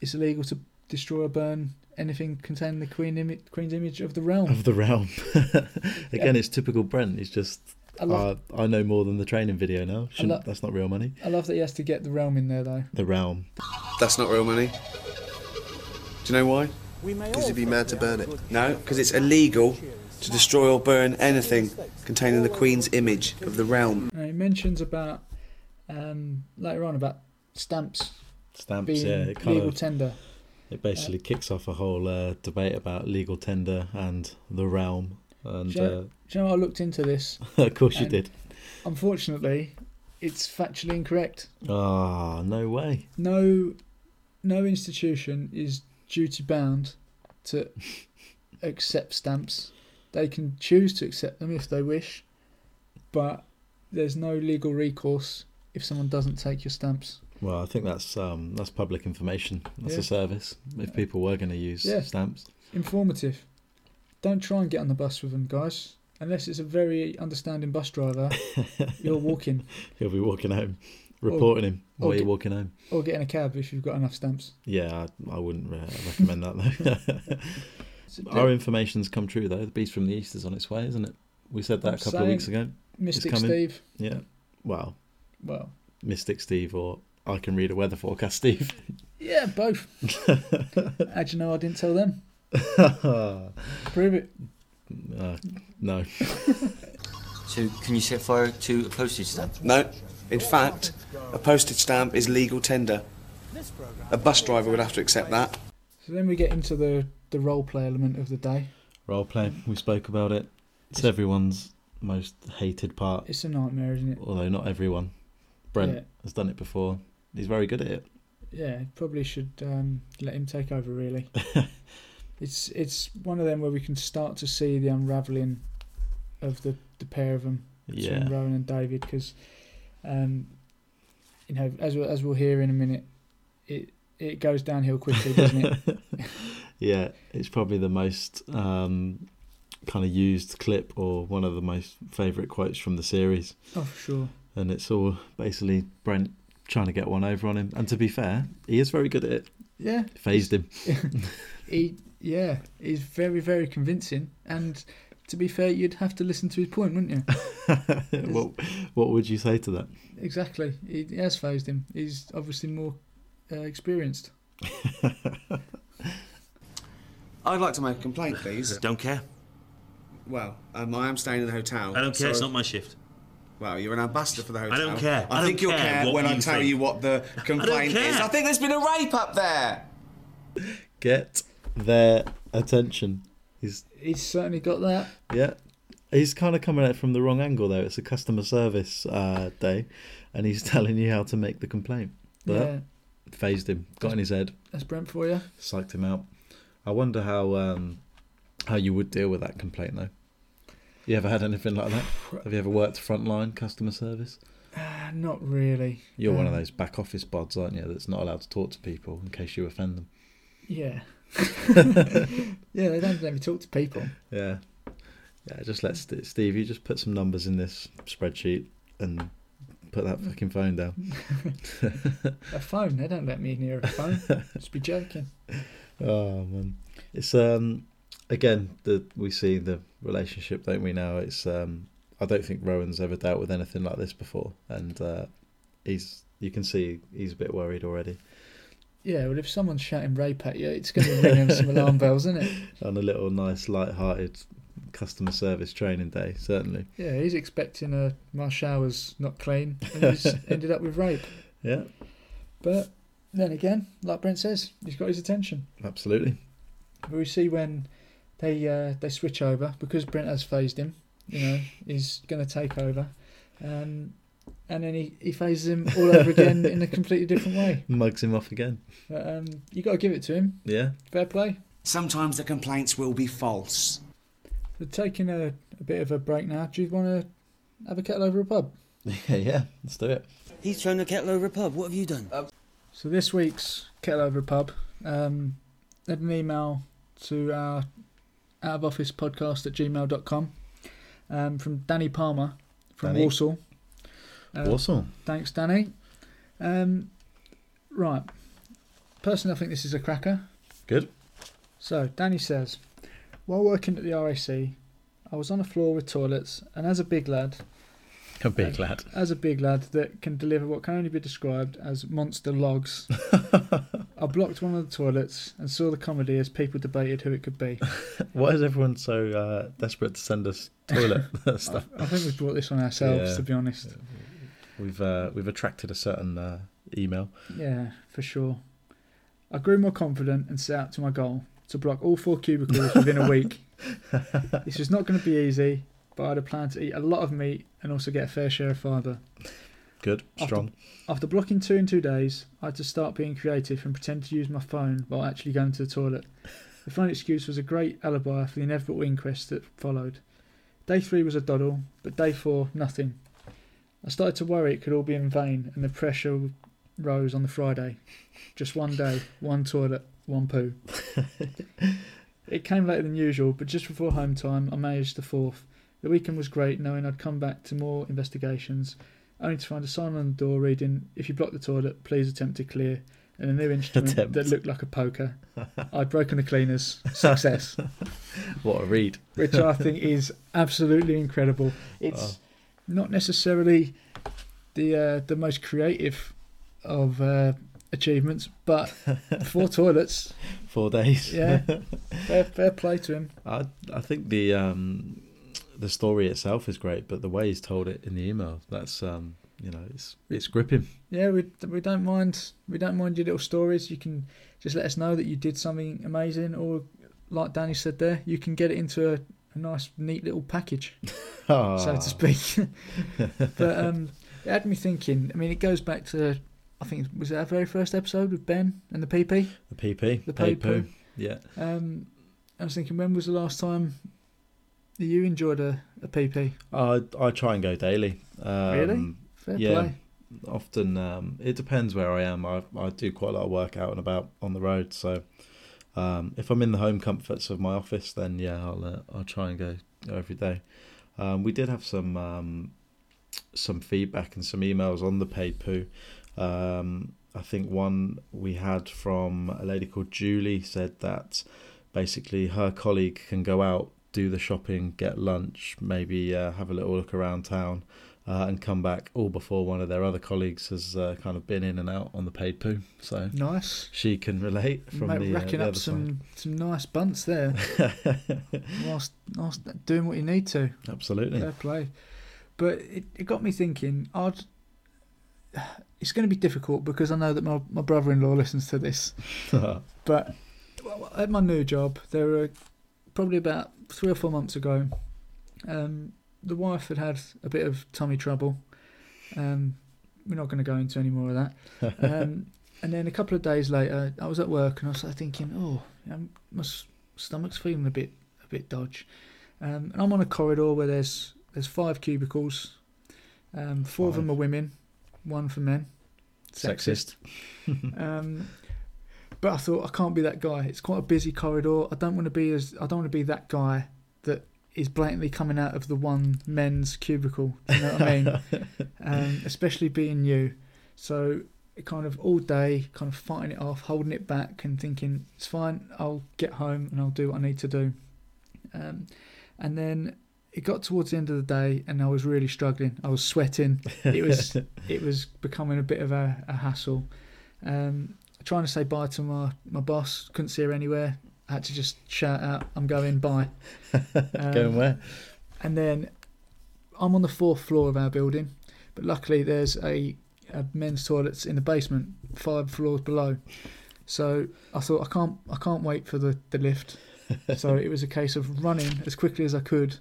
[SPEAKER 6] it's illegal to destroy or burn anything containing the queen imi- queen's image of the realm.
[SPEAKER 1] Of the realm. Again, it's typical Brent. He's just,
[SPEAKER 6] I love,
[SPEAKER 1] "Uh, I know more than the training video now. Shouldn't,
[SPEAKER 6] love-
[SPEAKER 1] that's not real money.
[SPEAKER 6] I love that he has to get the realm in there though.
[SPEAKER 1] The realm.
[SPEAKER 5] That's not real money. Do you know why?
[SPEAKER 3] We may
[SPEAKER 5] Because he'd be mad to burn it.
[SPEAKER 4] No, because it's illegal to destroy or burn anything containing the Queen's image of the realm.
[SPEAKER 6] Now he mentions about um, later on about stamps
[SPEAKER 1] Stamps,
[SPEAKER 6] being
[SPEAKER 1] yeah. It kind
[SPEAKER 6] legal
[SPEAKER 1] of,
[SPEAKER 6] tender.
[SPEAKER 1] it basically kicks off a whole uh, debate about legal tender and the realm. And uh,
[SPEAKER 6] Sure. Do you know what I looked into this?
[SPEAKER 1] of course you
[SPEAKER 6] And-
[SPEAKER 1] did.
[SPEAKER 6] Unfortunately, it's factually incorrect.
[SPEAKER 1] Ah, no way.
[SPEAKER 6] No, no institution is duty bound to accept stamps. They can choose to accept them if they wish, but there's no legal recourse if someone doesn't take your stamps.
[SPEAKER 1] Well, I think that's um, that's public information. That's
[SPEAKER 6] Yeah.
[SPEAKER 1] a service. If people were going to use
[SPEAKER 6] Yeah.
[SPEAKER 1] stamps,
[SPEAKER 6] Informative. Don't try and get on the bus with them, guys. Unless it's a very understanding bus driver, you're walking
[SPEAKER 1] he'll be walking home, reporting him
[SPEAKER 6] or
[SPEAKER 1] while you're
[SPEAKER 6] get-
[SPEAKER 1] walking home.
[SPEAKER 6] or getting a cab if you've got enough stamps.
[SPEAKER 1] Yeah, I, I wouldn't re- recommend that though.
[SPEAKER 6] So
[SPEAKER 1] Our information's come true though. The Beast from the East is on its way, isn't it? We said that
[SPEAKER 6] I'm
[SPEAKER 1] a couple of weeks ago.
[SPEAKER 6] Mystic
[SPEAKER 1] coming.
[SPEAKER 6] Steve.
[SPEAKER 1] Yeah. Well,
[SPEAKER 6] Well,
[SPEAKER 1] Mystic Steve or I can read a weather forecast, Steve.
[SPEAKER 6] yeah, both. How do you know I didn't tell them?
[SPEAKER 1] uh,
[SPEAKER 6] Prove it.
[SPEAKER 1] no.
[SPEAKER 2] So, can you set fire to a postage stamp?
[SPEAKER 4] No, in fact, a postage stamp is legal tender. A bus driver would have to accept that.
[SPEAKER 6] So then we get into the the role play element of the day.
[SPEAKER 1] Role play. We spoke about it. It's everyone's most hated part,
[SPEAKER 6] It's a nightmare, isn't it?
[SPEAKER 1] although not everyone. Brent
[SPEAKER 6] Yeah.
[SPEAKER 1] has done it before. He's very good at it.
[SPEAKER 6] Yeah, probably should um, let him take over. Really, it's it's one of them where we can start to see the unraveling of the the pair of them between
[SPEAKER 1] Yeah.
[SPEAKER 6] Rowan and David, because um, you know as we'll, as we'll hear in a minute, it it goes downhill quickly, doesn't it?
[SPEAKER 1] yeah, it's probably the most um, kind of used clip or one of the most favourite quotes from the series.
[SPEAKER 6] oh, for sure.
[SPEAKER 1] and it's all basically Brent trying to get one over on him. And to be fair, he is very good at it.
[SPEAKER 6] Yeah,
[SPEAKER 1] Phased him.
[SPEAKER 6] he yeah, he's very very convincing, and to be fair, you'd have to listen to his point, wouldn't you?
[SPEAKER 1] what what would you say to that?
[SPEAKER 6] Exactly. He, he has phased him. He's obviously more uh, experienced.
[SPEAKER 4] I'd like to make a complaint, please.
[SPEAKER 7] Don't care.
[SPEAKER 4] Well, um, I am staying in the hotel.
[SPEAKER 7] I don't care. It's
[SPEAKER 4] so-
[SPEAKER 7] not my shift.
[SPEAKER 4] Well, you're an ambassador for the hotel.
[SPEAKER 7] don't care.
[SPEAKER 4] I,
[SPEAKER 7] I
[SPEAKER 4] think
[SPEAKER 7] don't
[SPEAKER 4] you'll
[SPEAKER 7] care
[SPEAKER 4] care
[SPEAKER 7] what
[SPEAKER 4] when I
[SPEAKER 7] you
[SPEAKER 4] tell
[SPEAKER 7] think.
[SPEAKER 4] you what the complaint
[SPEAKER 7] care.
[SPEAKER 4] is. I think there's been a rape up there.
[SPEAKER 1] Get their attention. He's
[SPEAKER 6] He's certainly got that.
[SPEAKER 1] yeah. He's kind of coming at it from the wrong angle though. It's a customer service uh, day, and he's telling you how to make the complaint. But
[SPEAKER 6] Yeah,
[SPEAKER 1] phased him. Got in his head.
[SPEAKER 6] that's Brent for you.
[SPEAKER 1] Psyched him out. I wonder how um, how you would deal with that complaint though. You ever had anything like that? Have you ever worked frontline customer service?
[SPEAKER 6] Uh, not really.
[SPEAKER 1] You're one of
[SPEAKER 6] Um,
[SPEAKER 1] those back office bods, aren't you? That's not allowed to talk to people in case you offend them.
[SPEAKER 6] Yeah. yeah, they don't let me talk to people.
[SPEAKER 1] Yeah, yeah. Just let St- Steve. You just put some numbers in this spreadsheet and put that fucking phone down.
[SPEAKER 6] A phone, they don't let me near a phone. Just be joking.
[SPEAKER 1] Oh man, it's um again the we see the relationship, don't we? Now it's um I don't think Rowan's ever dealt with anything like this before, and uh, he's you can see he's a bit worried already.
[SPEAKER 6] Yeah, well, if someone's shouting rape at you, it's going to ring him some alarm bells, isn't it?
[SPEAKER 1] On a little nice, light-hearted customer service training day, certainly.
[SPEAKER 6] Yeah, he's expecting a my shower's not clean, and he's ended up with rape.
[SPEAKER 1] Yeah,
[SPEAKER 6] But then again, like Brent says, he's got his attention.
[SPEAKER 1] absolutely.
[SPEAKER 6] But we see when they uh, they switch over because Brent has phased him. You know, he's going to take over, um, and then he he phases him all over again in a completely different way.
[SPEAKER 1] Mugs him off again.
[SPEAKER 6] But, um, you got to give it to him.
[SPEAKER 1] Yeah,
[SPEAKER 6] Fair play.
[SPEAKER 3] Sometimes the complaints will be false.
[SPEAKER 6] We're taking a, a bit of a break now. Do you want to have a kettle over a pub?
[SPEAKER 1] yeah, yeah. Let's do it.
[SPEAKER 2] He's thrown the kettle over a pub. What have you done?
[SPEAKER 6] So this week's kettle over a pub. Um, had an email to our out of office podcast at gmail.com um, from Danny Palmer from
[SPEAKER 1] Danny.
[SPEAKER 6] Warsaw. Uh,
[SPEAKER 1] awesome.
[SPEAKER 6] Thanks, Danny. Um, right. Personally, I think this is a cracker.
[SPEAKER 1] Good.
[SPEAKER 6] So, Danny says, while working at the RAC, I was on a floor with toilets, and as a big lad,
[SPEAKER 1] I'm big glad.
[SPEAKER 6] as a big lad that can deliver what can only be described as monster logs, I blocked one of the toilets and saw the comedy as people debated who it could be.
[SPEAKER 1] Why is everyone so uh, desperate to send us toilet
[SPEAKER 6] I,
[SPEAKER 1] stuff?
[SPEAKER 6] I think we brought this on ourselves,
[SPEAKER 1] Yeah.
[SPEAKER 6] to be honest.
[SPEAKER 1] We've uh, we've attracted a certain uh, email.
[SPEAKER 6] Yeah, for sure. I grew more confident and set out to my goal to block all four cubicles within a week. this was not going to be easy, but I had a plan to eat a lot of meat and also get a fair share of fibre.
[SPEAKER 1] Good,
[SPEAKER 6] After-
[SPEAKER 1] strong.
[SPEAKER 6] After blocking two in two days, I had to start being creative and pretend to use my phone while actually going to the toilet. The phone excuse was a great alibi for the inevitable inquest that followed. Day three was a doddle, but day four, nothing. I started to worry it could all be in vain, and the pressure rose on the Friday. Just one day, one toilet, one poo. it came later than usual, but just before home time, I managed the fourth. The weekend was great, knowing I'd come back to more investigations only to find a sign on the door reading, If you block the toilet, please attempt to clear, and a new instrument
[SPEAKER 1] Attempt.
[SPEAKER 6] that looked like a poker. I'd broken the cleaners. Success.
[SPEAKER 1] What a read.
[SPEAKER 6] Which I think is absolutely incredible. It's not necessarily the uh, the most creative of uh, achievements, but four toilets,
[SPEAKER 1] Four days.
[SPEAKER 6] yeah. fair, fair play to him.
[SPEAKER 1] I I think the um the story itself is great, but the way he's told it in the email, that's um you know it's it's gripping.
[SPEAKER 6] Yeah, we we don't mind we don't mind your little stories. You can just let us know that you did something amazing, or like Danny said there, you can get it into a, a nice, neat little package,
[SPEAKER 1] Ah,
[SPEAKER 6] so to speak. but um, it had me thinking. I mean, it goes back to I think was it our very first episode with Ben and the PP.
[SPEAKER 1] the PP,
[SPEAKER 6] The
[SPEAKER 1] pay
[SPEAKER 6] poo-poo.
[SPEAKER 1] poo. Yeah,
[SPEAKER 6] Um, I was thinking, when was the last time that you enjoyed a, a PP?
[SPEAKER 1] I I try and go daily. Um,
[SPEAKER 6] Really? Fair
[SPEAKER 1] Yeah.
[SPEAKER 6] play.
[SPEAKER 1] often um, it depends where I am. I I do quite a lot of work out and about on the road, so um, if I'm in the home comforts of my office, then yeah, I'll uh, I'll try and go every day. Um, we did have some um, some feedback and some emails on the paid poo. Um, I think one we had from a lady called Julie said that basically her colleague can go out, do the shopping, get lunch, maybe uh, have a little look around town, uh, and come back all before one of their other colleagues has uh, kind of been in and out on the paid poo. So
[SPEAKER 6] Nice.
[SPEAKER 1] she can relate from
[SPEAKER 6] Mate,
[SPEAKER 1] the, uh,
[SPEAKER 6] racking
[SPEAKER 1] the
[SPEAKER 6] up
[SPEAKER 1] other
[SPEAKER 6] some some nice bunts there,
[SPEAKER 1] side.
[SPEAKER 6] whilst, whilst doing what you need to.
[SPEAKER 1] Absolutely.
[SPEAKER 6] Fair play. But it, it got me thinking, I'd, it's going to be difficult because I know that my, my brother in law listens to this. But well, at my new job, there were probably about three or four months ago, um, the wife had had a bit of tummy trouble. Um, we're not going to go into any more of that. Um, and then a couple of days later, I was at work and I was like thinking, oh, you know, my s- stomach's feeling a bit a bit dodge. Um, and I'm on a corridor where there's there's five cubicles, Um, four of them are women, one for men.
[SPEAKER 1] Sexist.
[SPEAKER 6] Um, but I thought I can't be that guy. It's quite a busy corridor. I don't want to be as I don't want to be that guy that is blatantly coming out of the one men's cubicle. Do you know what I mean? um, especially being you. So kind of all day, kind of fighting it off, holding it back, and thinking it's fine. I'll get home and I'll do what I need to do. Um, and then it got towards the end of the day, and I was really struggling. I was sweating. It was it was becoming a bit of a, a hassle. Um, trying to say bye to my, my boss, couldn't see her anywhere. I had to just shout out, "I'm going, bye." Um,
[SPEAKER 1] Going where?
[SPEAKER 6] and then I'm on the fourth floor of our building, but luckily there's a, a men's toilets in the basement, five floors below. So I thought I can't I can't wait for the, the lift. So it was a case of running as quickly as I could,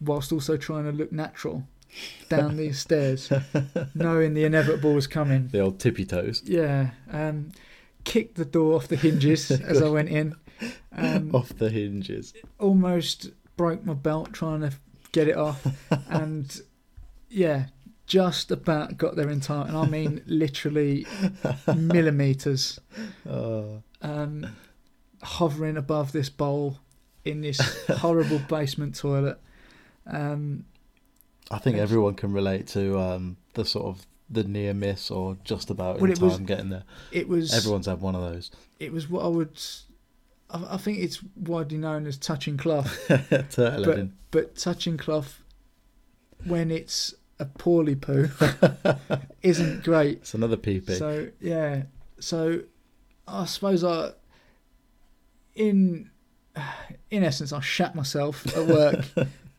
[SPEAKER 6] whilst also trying to look natural, down these stairs, knowing the inevitable was coming.
[SPEAKER 1] The old tippy toes.
[SPEAKER 6] Yeah, um, kicked the door off the hinges as I went in. Um,
[SPEAKER 1] Off the hinges.
[SPEAKER 6] almost broke my belt trying to get it off, and yeah, just about got there in time. And I mean, literally millimeters,
[SPEAKER 1] Oh,
[SPEAKER 6] um, hovering above this bowl in this horrible basement toilet. Um,
[SPEAKER 1] I think everyone can relate to um, the sort of the near miss or just about
[SPEAKER 6] Well,
[SPEAKER 1] in
[SPEAKER 6] it
[SPEAKER 1] time
[SPEAKER 6] was-
[SPEAKER 1] getting there.
[SPEAKER 6] it was
[SPEAKER 1] Everyone's had one of those.
[SPEAKER 6] it was what I would. I I think it's widely known as touching cloth.
[SPEAKER 1] Turtle
[SPEAKER 6] but,
[SPEAKER 1] heading.
[SPEAKER 6] but touching cloth when it's a poorly poo isn't great.
[SPEAKER 1] It's another PP.
[SPEAKER 6] So yeah, so I suppose I, in in essence, I shat myself at work,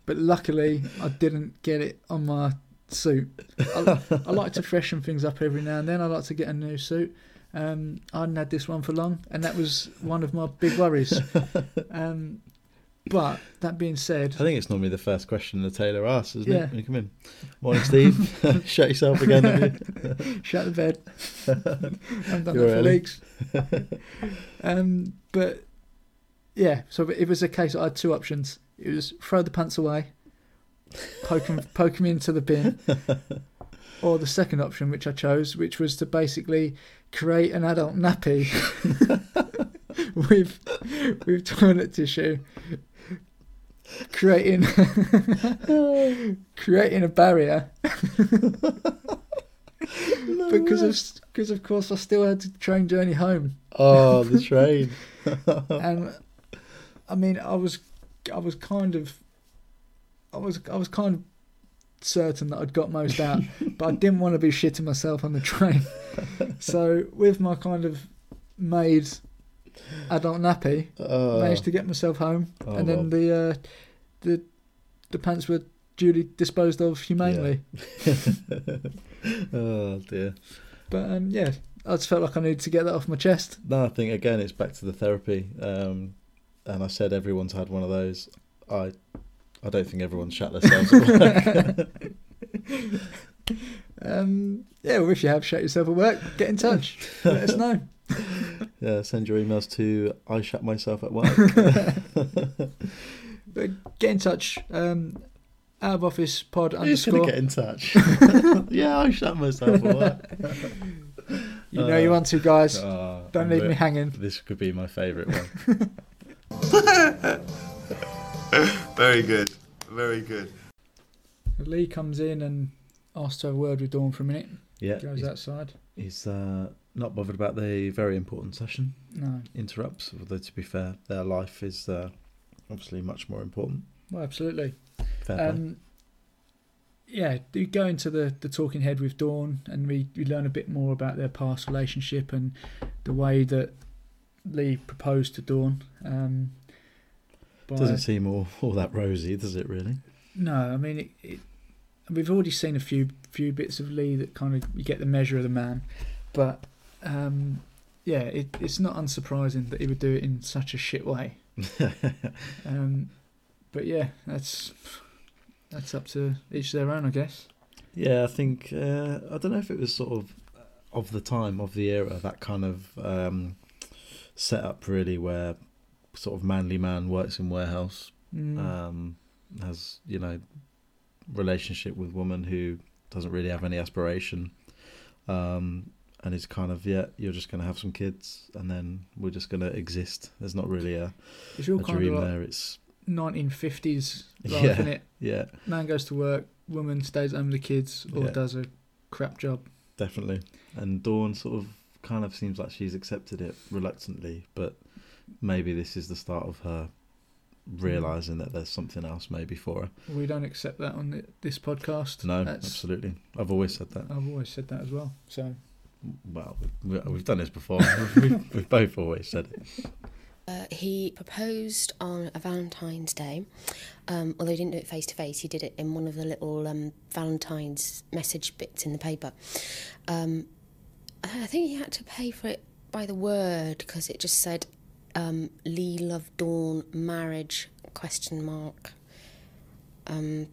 [SPEAKER 6] but luckily I didn't get it on my suit. I, I like to freshen things up every now and then. I like to get a new suit. Um, I hadn't had this one for long, and that was one of my big worries. Um, but that being said,
[SPEAKER 1] I think it's normally the first question the tailor asks, isn't
[SPEAKER 6] Yeah.
[SPEAKER 1] it? When you come in. Morning, Steve. Shut yourself again. have you?
[SPEAKER 6] Shut the bed. I've
[SPEAKER 1] You're
[SPEAKER 6] done that for
[SPEAKER 1] early.
[SPEAKER 6] weeks. um, but yeah, so it was a case. I had two options. It was throw the pants away, poke 'em- poke me into the bin, or the second option, which I chose, which was to basically create an adult nappy with with toilet tissue, creating Oh, creating a barrier because of because of course I still had to train journey home,
[SPEAKER 1] Oh, the train.
[SPEAKER 6] and I mean I was I was kind of I was I was kind of certain that I'd got most out, but I didn't want to be shitting myself on the train. So with my kind of made adult nappy,
[SPEAKER 1] Oh,
[SPEAKER 6] managed to get myself home,
[SPEAKER 1] Oh,
[SPEAKER 6] and then the uh, the the pants were duly disposed of humanely.
[SPEAKER 1] oh, dear.
[SPEAKER 6] But um, yeah, I just felt like I needed to get that off my chest.
[SPEAKER 1] No, I think again it's back to the therapy. Um, and I said everyone's had one of those. I, I don't think everyone shut themselves. at work.
[SPEAKER 6] Um, yeah, well, if you have shut yourself at work, get in touch. Let us know.
[SPEAKER 1] yeah, send your emails to I shut myself at work.
[SPEAKER 6] But get in touch. Um, out of office pod
[SPEAKER 1] Who's gonna
[SPEAKER 6] underscore.
[SPEAKER 1] get in touch? yeah, I shut myself at work.
[SPEAKER 6] you know you want to, guys.
[SPEAKER 1] Oh,
[SPEAKER 6] Don't leave me hanging.
[SPEAKER 1] This could be my favourite one.
[SPEAKER 5] Very good. Very good.
[SPEAKER 6] Lee comes in and asks to have a word with Dawn for a minute.
[SPEAKER 1] Yeah,
[SPEAKER 6] Goes
[SPEAKER 1] he's,
[SPEAKER 6] outside.
[SPEAKER 1] he's, uh, not bothered about the very important session.
[SPEAKER 6] No.
[SPEAKER 1] Interrupts, although to be fair, their life is uh, obviously much more important.
[SPEAKER 6] Well, absolutely.
[SPEAKER 1] Fair play.
[SPEAKER 6] Um, yeah, do go into the, the talking head with Dawn, and we, we learn a bit more about their past relationship and the way that Lee proposed to Dawn. Um, by-
[SPEAKER 1] Doesn't seem all, all that rosy, does it? Really?
[SPEAKER 6] No, I mean it, it, we've already seen a few few bits of Lee that kind of you get the measure of the man, but um, yeah, it, it's not unsurprising that he would do it in such a shit way. um, but yeah, that's that's up to each their own, I guess.
[SPEAKER 1] Yeah, I think uh, I don't know if it was sort of uh, of the time of the era that kind of um, setup really where sort of manly man works in warehouse,
[SPEAKER 6] Mm,
[SPEAKER 1] um, has you know relationship with woman who doesn't really have any aspiration, um, and is kind of yeah, you're just going to have some kids, and then we're just going to exist. There's not really a,
[SPEAKER 6] It's all
[SPEAKER 1] a
[SPEAKER 6] kind of
[SPEAKER 1] dream
[SPEAKER 6] like
[SPEAKER 1] there. It's
[SPEAKER 6] 1950s life,
[SPEAKER 1] Yeah.
[SPEAKER 6] isn't it?
[SPEAKER 1] yeah,
[SPEAKER 6] Man goes to work, woman stays at home with the kids, or
[SPEAKER 1] Yeah.
[SPEAKER 6] does a crap job.
[SPEAKER 1] definitely. And Dawn sort of kind of seems like she's accepted it reluctantly, but maybe this is the start of her realizing that there's something else maybe for her.
[SPEAKER 6] We don't accept that on th- this podcast.
[SPEAKER 1] No,
[SPEAKER 6] That's,
[SPEAKER 1] absolutely. I've always said that.
[SPEAKER 6] I've always said that as well. So
[SPEAKER 1] Well, we- we've done this before. we've, we've both always said it.
[SPEAKER 7] Uh, he proposed on a Valentine's Day, um, although he didn't do it face to face. He did it in one of the little um, Valentine's message bits in the paper. Um, I think he had to pay for it by the word because it just said um, "Lee Love Dawn Marriage?" question mark, um,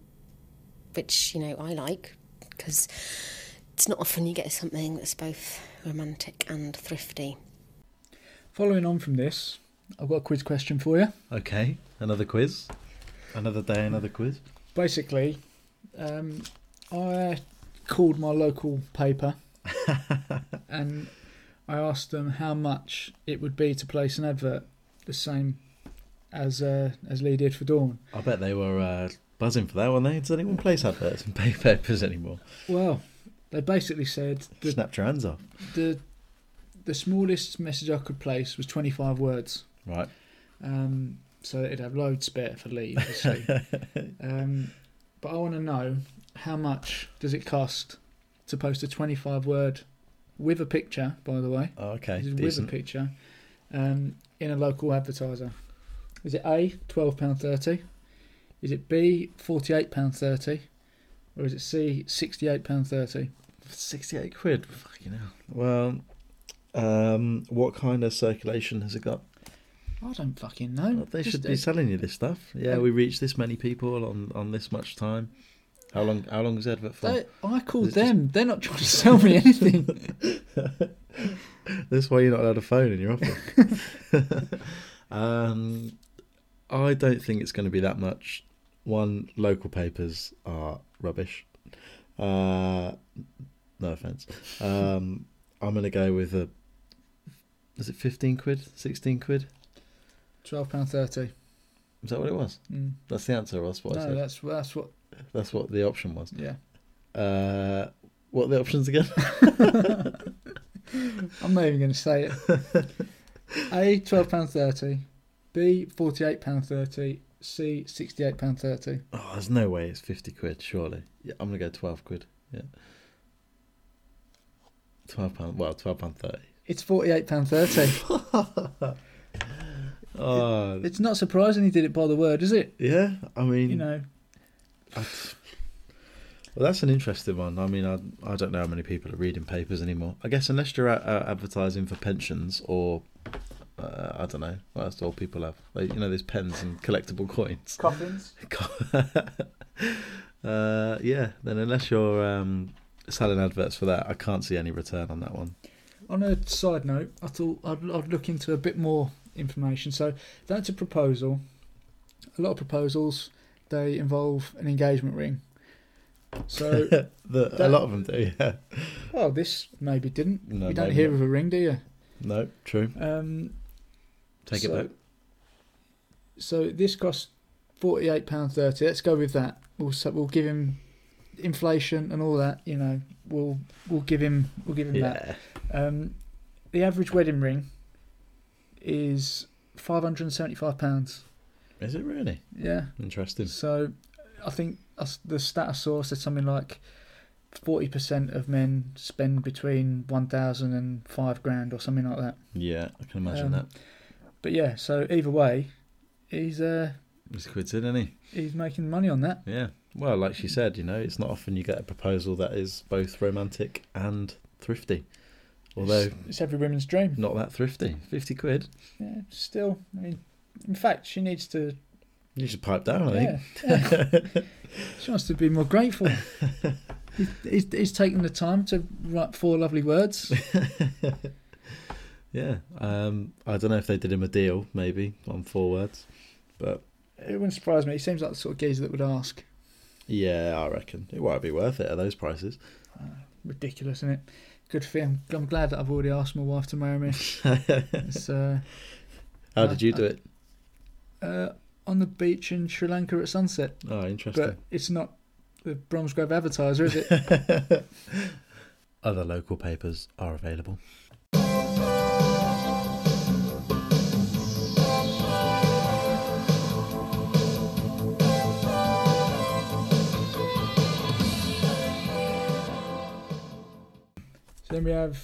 [SPEAKER 7] which you know I like because it's not often you get something that's both romantic and thrifty.
[SPEAKER 6] following on from this, I've got a quiz question for you.
[SPEAKER 1] Okay, another quiz. Another day, another quiz.
[SPEAKER 6] Basically, um, I called my local paper and I asked them how much it would be to place an advert, the same as uh, as Lee did for Dawn.
[SPEAKER 1] I bet they were uh, buzzing for that, weren't they? Does anyone place adverts and pay papers anymore?
[SPEAKER 6] Well, they basically said the
[SPEAKER 1] Snapped your hands off.
[SPEAKER 6] the the smallest message I could place was 25 words.
[SPEAKER 1] Right.
[SPEAKER 6] Um, so it'd have loads spare for Lee, obviously. um, but I want to know how much does it cost to post a 25 word with a picture, by the way,
[SPEAKER 1] Oh, okay,
[SPEAKER 6] this is with
[SPEAKER 1] decent.
[SPEAKER 6] a picture, um, in a local advertiser? Is it A, £12.30? Is it B, £48.30? Or is it C, £68.30?
[SPEAKER 1] 68 quid, fucking hell. Well, um, what kind of circulation has it got?
[SPEAKER 6] I don't fucking know.
[SPEAKER 1] Well, they
[SPEAKER 6] Um, Just
[SPEAKER 1] should
[SPEAKER 6] a- Um,
[SPEAKER 1] be selling you this stuff. Yeah, we reached this many people on, on this much time. How long? How long is the advert for?
[SPEAKER 6] They, I called
[SPEAKER 1] Is it just-
[SPEAKER 6] them. They're not trying to sell me anything.
[SPEAKER 1] That's why you're not allowed a phone in your office. um, I don't think it's going to be that much. One, local papers are rubbish. Uh, no offense. Um, I'm going to go with a. Is it 15 quid? 16 quid?
[SPEAKER 6] Twelve pound thirty.
[SPEAKER 1] Is that what it was?
[SPEAKER 6] Mm.
[SPEAKER 1] That's the answer. That's what I
[SPEAKER 6] No,
[SPEAKER 1] said.
[SPEAKER 6] that's that's what.
[SPEAKER 1] That's what the option was.
[SPEAKER 6] Yeah,
[SPEAKER 1] Uh, what are the options again?
[SPEAKER 6] I'm not even going to say it. A twelve pound thirty, B forty eight pound thirty, C sixty eight pound thirty.
[SPEAKER 1] oh, there's no way it's 50 quid, surely. Yeah, I'm going to go 12 quid. Yeah. 12 pound, well, 12 pound 30.
[SPEAKER 6] It's forty eight pound thirty.
[SPEAKER 1] Oh,
[SPEAKER 6] it's not surprising he did it by the word, is it?
[SPEAKER 1] yeah. I mean,
[SPEAKER 6] You know,
[SPEAKER 1] I- well, that's an interesting one. I mean, I, I don't know how many people are reading papers anymore. I guess unless you're out, out advertising for pensions or uh, I don't know, well, that's all people have. Like, you know, there's pens and collectible coins.
[SPEAKER 6] coffins.
[SPEAKER 1] uh, yeah. Then unless you're um, selling adverts for that, I can't see any return on that one.
[SPEAKER 6] On a side note, I thought I'd, I'd look into a bit more information. So that's a proposal. A lot of proposals they involve an engagement ring. So
[SPEAKER 1] The, a
[SPEAKER 6] That-
[SPEAKER 1] lot of them do. Yeah.
[SPEAKER 6] Oh, this maybe didn't.
[SPEAKER 1] No,
[SPEAKER 6] you don't
[SPEAKER 1] maybe
[SPEAKER 6] hear
[SPEAKER 1] not.
[SPEAKER 6] of a ring, do you?
[SPEAKER 1] No, true.
[SPEAKER 6] Um,
[SPEAKER 1] Take
[SPEAKER 6] so-
[SPEAKER 1] it back.
[SPEAKER 6] So this costs forty-eight pound thirty. Let's go with that. We'll s- we'll give him inflation and all that. You know, we'll we'll give him we'll give him that.
[SPEAKER 1] Yeah.
[SPEAKER 6] Um, the average wedding ring is five hundred and seventy-five pounds.
[SPEAKER 1] Is it really
[SPEAKER 6] Yeah.
[SPEAKER 1] interesting?
[SPEAKER 6] So I think us- the stat I saw said something like. 40% of men spend between 1,000 and 5 grand or something like that.
[SPEAKER 1] Yeah, I can imagine
[SPEAKER 6] Um,
[SPEAKER 1] that.
[SPEAKER 6] But yeah, so either way, he's uh
[SPEAKER 1] He's quid in, isn't he?
[SPEAKER 6] he's making money on that.
[SPEAKER 1] Yeah. Well, like she said, you know, it's not often you get a proposal that is both romantic and thrifty. Although
[SPEAKER 6] it's, it's every woman's dream.
[SPEAKER 1] not that thrifty. Fifty quid.
[SPEAKER 6] Yeah, still, I mean, in fact, she needs to.
[SPEAKER 1] You should pipe down, I
[SPEAKER 6] Yeah,
[SPEAKER 1] think.
[SPEAKER 6] yeah. she wants to be more grateful. he's, he's, he's taken the time to write four lovely words.
[SPEAKER 1] Yeah. Um I don't know if they did him a deal, maybe, on four words. But
[SPEAKER 6] It wouldn't surprise me. He seems like the sort of geezer that would ask.
[SPEAKER 1] Yeah, I reckon it won't be worth it at those prices.
[SPEAKER 6] Ridiculous, isn't it? Good film. I'm glad that I've already asked my wife to marry me. It's uh,
[SPEAKER 1] How
[SPEAKER 6] Uh,
[SPEAKER 1] did you do
[SPEAKER 6] uh,
[SPEAKER 1] it?
[SPEAKER 6] uh, on the beach in Sri Lanka at sunset,
[SPEAKER 1] Oh, interesting.
[SPEAKER 6] but it's not the Bromsgrove Advertiser, is it?
[SPEAKER 1] Other local papers are available.
[SPEAKER 6] so then we have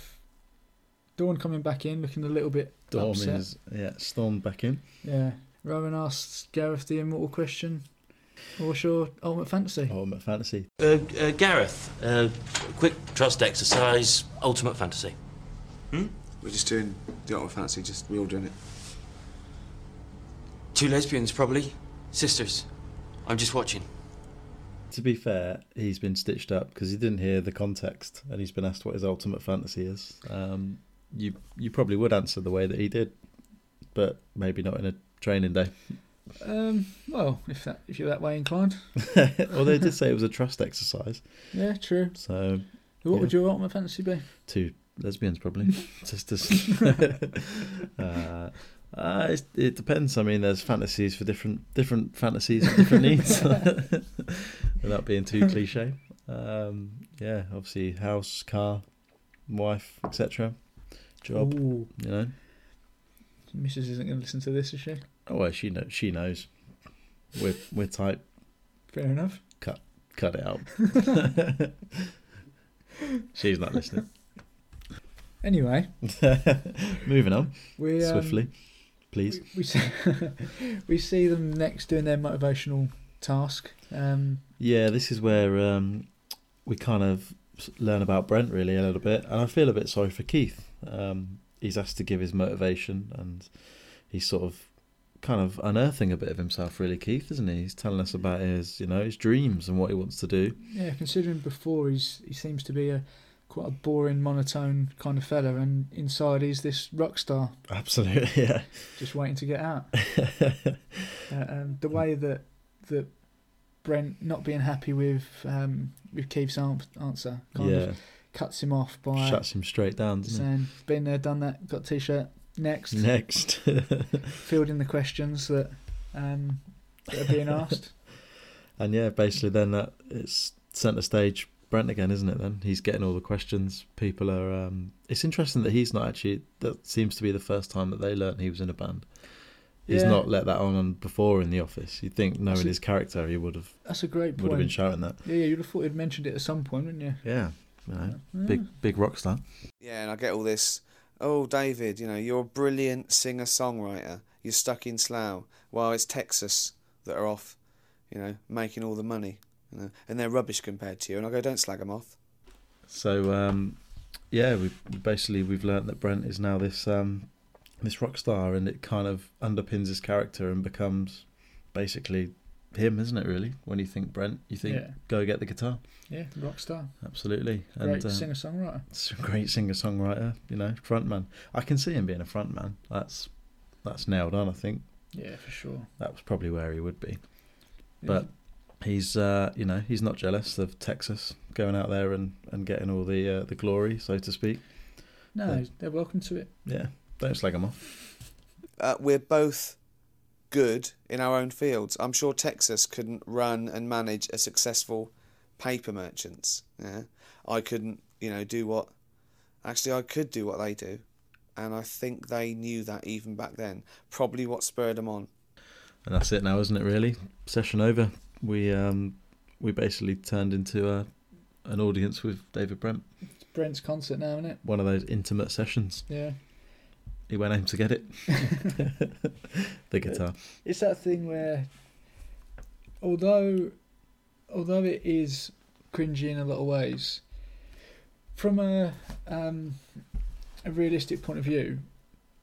[SPEAKER 6] Dawn coming back in, looking a little bit
[SPEAKER 1] Storm
[SPEAKER 6] upset.
[SPEAKER 1] is yeah, Storm back in.
[SPEAKER 6] Yeah. Rowan asks Gareth the immortal question. What's your ultimate fantasy?
[SPEAKER 1] Ultimate Oh, Fantasy.
[SPEAKER 8] Uh, uh, Gareth, uh, quick trust exercise, ultimate fantasy.
[SPEAKER 5] We're just doing the art of fancy, just we all doing it.
[SPEAKER 2] Two lesbians, probably. Sisters. I'm just watching.
[SPEAKER 1] To be fair, he's been stitched up because he didn't hear the context, and he's been asked what his ultimate fantasy is. Um, you you probably would answer the way that he did, but maybe not in a training day.
[SPEAKER 6] Um, well, if that if you're that way inclined.
[SPEAKER 1] Although they did say it was a trust exercise,
[SPEAKER 6] Yeah, true.
[SPEAKER 1] so
[SPEAKER 6] What
[SPEAKER 1] Yeah.
[SPEAKER 6] would your ultimate fantasy be?
[SPEAKER 1] two lesbians probably sisters uh, uh, it's, it depends i mean there's fantasies for different different fantasies for different needs without being too cliche um, yeah obviously house car wife etc job
[SPEAKER 6] Ooh,
[SPEAKER 1] you know
[SPEAKER 6] Mrs. isn't going to listen to this, is she?
[SPEAKER 1] oh well she knows she knows we're we're tight
[SPEAKER 6] Fair enough.
[SPEAKER 1] cut it out she's not listening
[SPEAKER 6] Anyway,
[SPEAKER 1] moving on
[SPEAKER 6] we um,
[SPEAKER 1] swiftly please
[SPEAKER 6] We, we see we see them next doing their motivational task. Um,
[SPEAKER 1] Yeah, this is where um, we kind of s- learn about Brent really a little bit, and I feel a bit sorry for Keith. Um, he's asked to give his motivation, and he's sort of kind of unearthing a bit of himself, really. Keith, isn't he? He's telling us about his, you know, his dreams and what he wants to do.
[SPEAKER 6] yeah, considering before he's he seems to be a quite a boring, monotone kind of fella, and inside he's this rock star
[SPEAKER 1] Absolutely, yeah.
[SPEAKER 6] just waiting to get out. Uh, um, the way that that Brent not being happy with um, with Keith's an- answer kind
[SPEAKER 1] yeah,
[SPEAKER 6] of cuts him off by
[SPEAKER 1] shuts him straight down, doesn't
[SPEAKER 6] saying, "Been there, done that. Got a t-shirt. Next,
[SPEAKER 1] he? Next,
[SPEAKER 6] filled in the questions that um, that are being asked."
[SPEAKER 1] and yeah, basically, then that it's centre stage Brent again, isn't it? Then he's getting all the questions. People are. Um, it's interesting that he's not actually. That seems to be the first time that they learnt he was in a band. He's
[SPEAKER 6] Yeah.
[SPEAKER 1] not let that on before in the office. You'd think, knowing
[SPEAKER 6] Actually-
[SPEAKER 1] his character, he would have
[SPEAKER 6] That's a great
[SPEAKER 1] would have been
[SPEAKER 6] point.
[SPEAKER 1] shouting that.
[SPEAKER 6] Yeah, yeah, you'd have thought he'd mentioned it at some point, wouldn't you?
[SPEAKER 1] Yeah, you know,
[SPEAKER 6] Yeah.
[SPEAKER 1] big big rock star.
[SPEAKER 5] Yeah, and I get all this. Oh, David, you know, you're a brilliant singer songwriter. You're stuck in Slough. Well, it's Texas that are off, you know, making all the money. You know, and they're rubbish compared to you. And I go, don't slag them off.
[SPEAKER 1] So um, yeah, we basically we've learnt that Brent is now this um, this rock star, and it kind of underpins his character and becomes basically him, isn't it? Really, when you think Brent, you think
[SPEAKER 6] Yeah.
[SPEAKER 1] go get the guitar.
[SPEAKER 6] Yeah, rock star,
[SPEAKER 1] Absolutely,
[SPEAKER 6] great
[SPEAKER 1] uh,
[SPEAKER 6] singer songwriter.
[SPEAKER 1] it's a great singer songwriter. You know, frontman. I can see him being a frontman. That's that's nailed on. I think
[SPEAKER 6] Yeah, for sure.
[SPEAKER 1] that was probably where he would be. But he's uh, you know he's not jealous of Texas going out there and, and getting all the uh, the glory, so to speak.
[SPEAKER 6] no, they're welcome to it.
[SPEAKER 1] Yeah, don't slag him off.
[SPEAKER 5] Uh, we're both good in our own fields. I'm sure Texas couldn't run and manage a successful paper merchants. Yeah, I couldn't, you know, do what. Actually, I could do what they do, and I think they knew that even back then. Probably what spurred them on.
[SPEAKER 1] And that's it now, isn't it? Really, session over. We um we basically turned into a an audience with David Brent.
[SPEAKER 6] It's Brent's concert now, isn't it?
[SPEAKER 1] One of those intimate sessions.
[SPEAKER 6] Yeah.
[SPEAKER 1] He went home to get it. the guitar.
[SPEAKER 6] It's that thing where, although, although it is cringy in a lot of ways, from a um, a realistic point of view,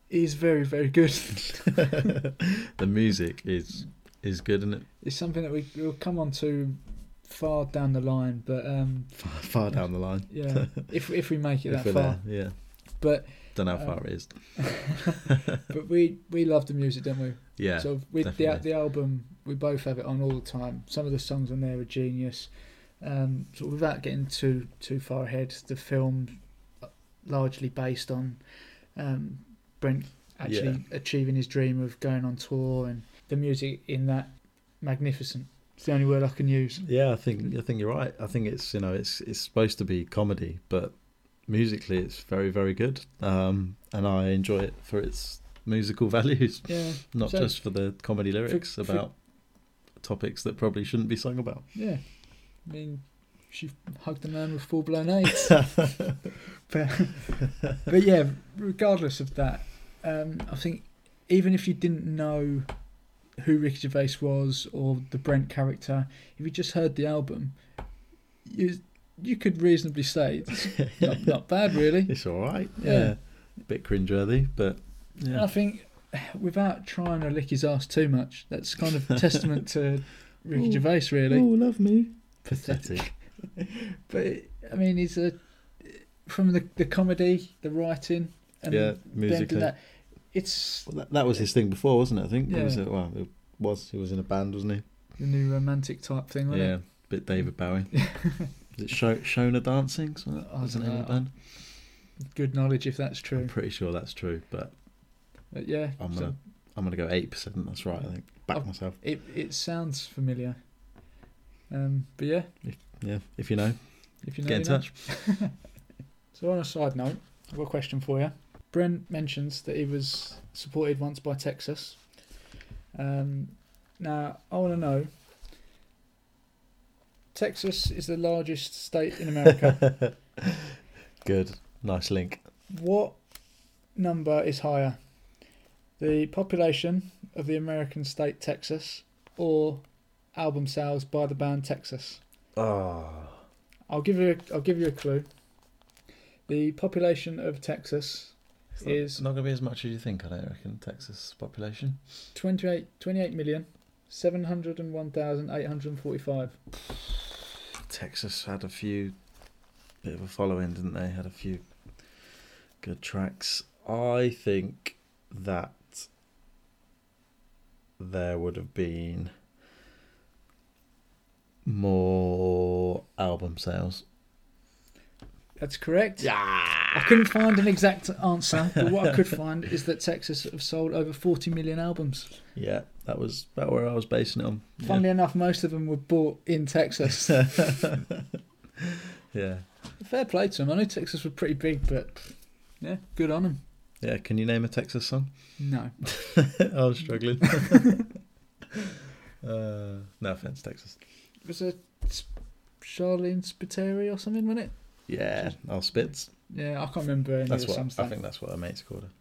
[SPEAKER 6] it is very very good.
[SPEAKER 1] the music is is good, isn't it?
[SPEAKER 6] it's something that we will come on to far down the line, but um,
[SPEAKER 1] Far, far down the line.
[SPEAKER 6] yeah, if if we make it
[SPEAKER 1] If
[SPEAKER 6] that
[SPEAKER 1] we're
[SPEAKER 6] far, Uh,
[SPEAKER 1] there, yeah.
[SPEAKER 6] But
[SPEAKER 1] Don't know how far it is.
[SPEAKER 6] but we we love the music, don't we?
[SPEAKER 1] Yeah.
[SPEAKER 6] so with the,
[SPEAKER 1] definitely.
[SPEAKER 6] the album, we both have it on all the time. Some of the songs on there are genius. Um, so without getting too too far ahead, the film uh, largely based on um, Brent actually achieving his dream of going on tour, and the music in that magnificent. It's the only word I can use.
[SPEAKER 1] Yeah, I think I think you're right. I think it's you know it's it's supposed to be comedy, but musically it's very very good, um, and I enjoy it for its musical values,
[SPEAKER 6] Yeah,
[SPEAKER 1] not
[SPEAKER 6] So-
[SPEAKER 1] just for the comedy lyrics
[SPEAKER 6] for-
[SPEAKER 1] about topics that probably shouldn't be sung about.
[SPEAKER 6] yeah. I mean, she hugged a man with full blown AIDS. but, but yeah, regardless of that, um, I think even if you didn't know who Ricky Gervais was or the Brent character, if you just heard the album, you you could reasonably say it's not, not bad, really.
[SPEAKER 1] It's all right.
[SPEAKER 6] Yeah.
[SPEAKER 1] Yeah, a bit cringeworthy, but
[SPEAKER 6] And I
[SPEAKER 1] yeah,
[SPEAKER 6] think without trying to lick his ass too much, that's kind of testament to Ricky
[SPEAKER 1] Ooh.
[SPEAKER 6] Gervais, really.
[SPEAKER 1] oh love me, pathetic.
[SPEAKER 6] But I mean, he's a from the the comedy, the writing, and
[SPEAKER 1] yeah,
[SPEAKER 6] then
[SPEAKER 1] musically.
[SPEAKER 6] that. It's
[SPEAKER 1] Well, that, that was his thing before, wasn't it? I think.
[SPEAKER 6] Yeah.
[SPEAKER 1] Was it, well, it was. He was in a band, wasn't he?
[SPEAKER 6] the new romantic type thing, wasn't
[SPEAKER 1] Yeah,
[SPEAKER 6] it?
[SPEAKER 1] bit David Bowie. Oh, Is it Sho- Shona Dancing? So that
[SPEAKER 6] I
[SPEAKER 1] was the
[SPEAKER 6] don't
[SPEAKER 1] name of the
[SPEAKER 6] know.
[SPEAKER 1] band.
[SPEAKER 6] Good knowledge if that's
[SPEAKER 1] I'm
[SPEAKER 6] true.
[SPEAKER 1] pretty sure that's true, but
[SPEAKER 6] But yeah,
[SPEAKER 1] I'm
[SPEAKER 6] so
[SPEAKER 1] gonna I'm gonna go eight percent. That's right. I think back
[SPEAKER 6] Oh.
[SPEAKER 1] myself.
[SPEAKER 6] it it sounds familiar. Um, but yeah,
[SPEAKER 1] Yeah, if you know,
[SPEAKER 6] if you know,
[SPEAKER 1] get in
[SPEAKER 6] you know.
[SPEAKER 1] touch.
[SPEAKER 6] So on a side note, I've got a question for you. Brent mentions that he was supported once by Texas. Um, now I want to know. Texas is the largest state in America.
[SPEAKER 1] Good, nice link.
[SPEAKER 6] What number is higher? The population of the American state Texas or album sales by the band Texas?
[SPEAKER 1] Oh,
[SPEAKER 6] I'll give you a, I'll give you a clue. The population of Texas
[SPEAKER 1] it's not,
[SPEAKER 6] is
[SPEAKER 1] not gonna be as much as you think. I don't reckon Texas population.
[SPEAKER 6] 28 28,701,845.
[SPEAKER 1] Texas had a few bit of a following, didn't they? Had a few good tracks. I think that there would have been more album sales.
[SPEAKER 6] That's correct. I couldn't find an exact answer, but what I could find is that Texas have sold over 40 million albums.
[SPEAKER 1] Yeah, that was about where I was basing it on.
[SPEAKER 6] Funnily enough, most of them were bought in Texas.
[SPEAKER 1] Yeah.
[SPEAKER 6] Fair play to them. I know Texas were pretty big, but yeah, good on them.
[SPEAKER 1] Yeah, can you name a Texas song?
[SPEAKER 6] No.
[SPEAKER 1] I was struggling. uh, no offense, Texas.
[SPEAKER 6] It was a S- Charlene Spiteri or something, wasn't it?
[SPEAKER 1] Yeah, I'll Spitz.
[SPEAKER 6] Yeah, I can't remember. Any
[SPEAKER 1] That's
[SPEAKER 6] of
[SPEAKER 1] what
[SPEAKER 6] some
[SPEAKER 1] I think. That's what her mates called her.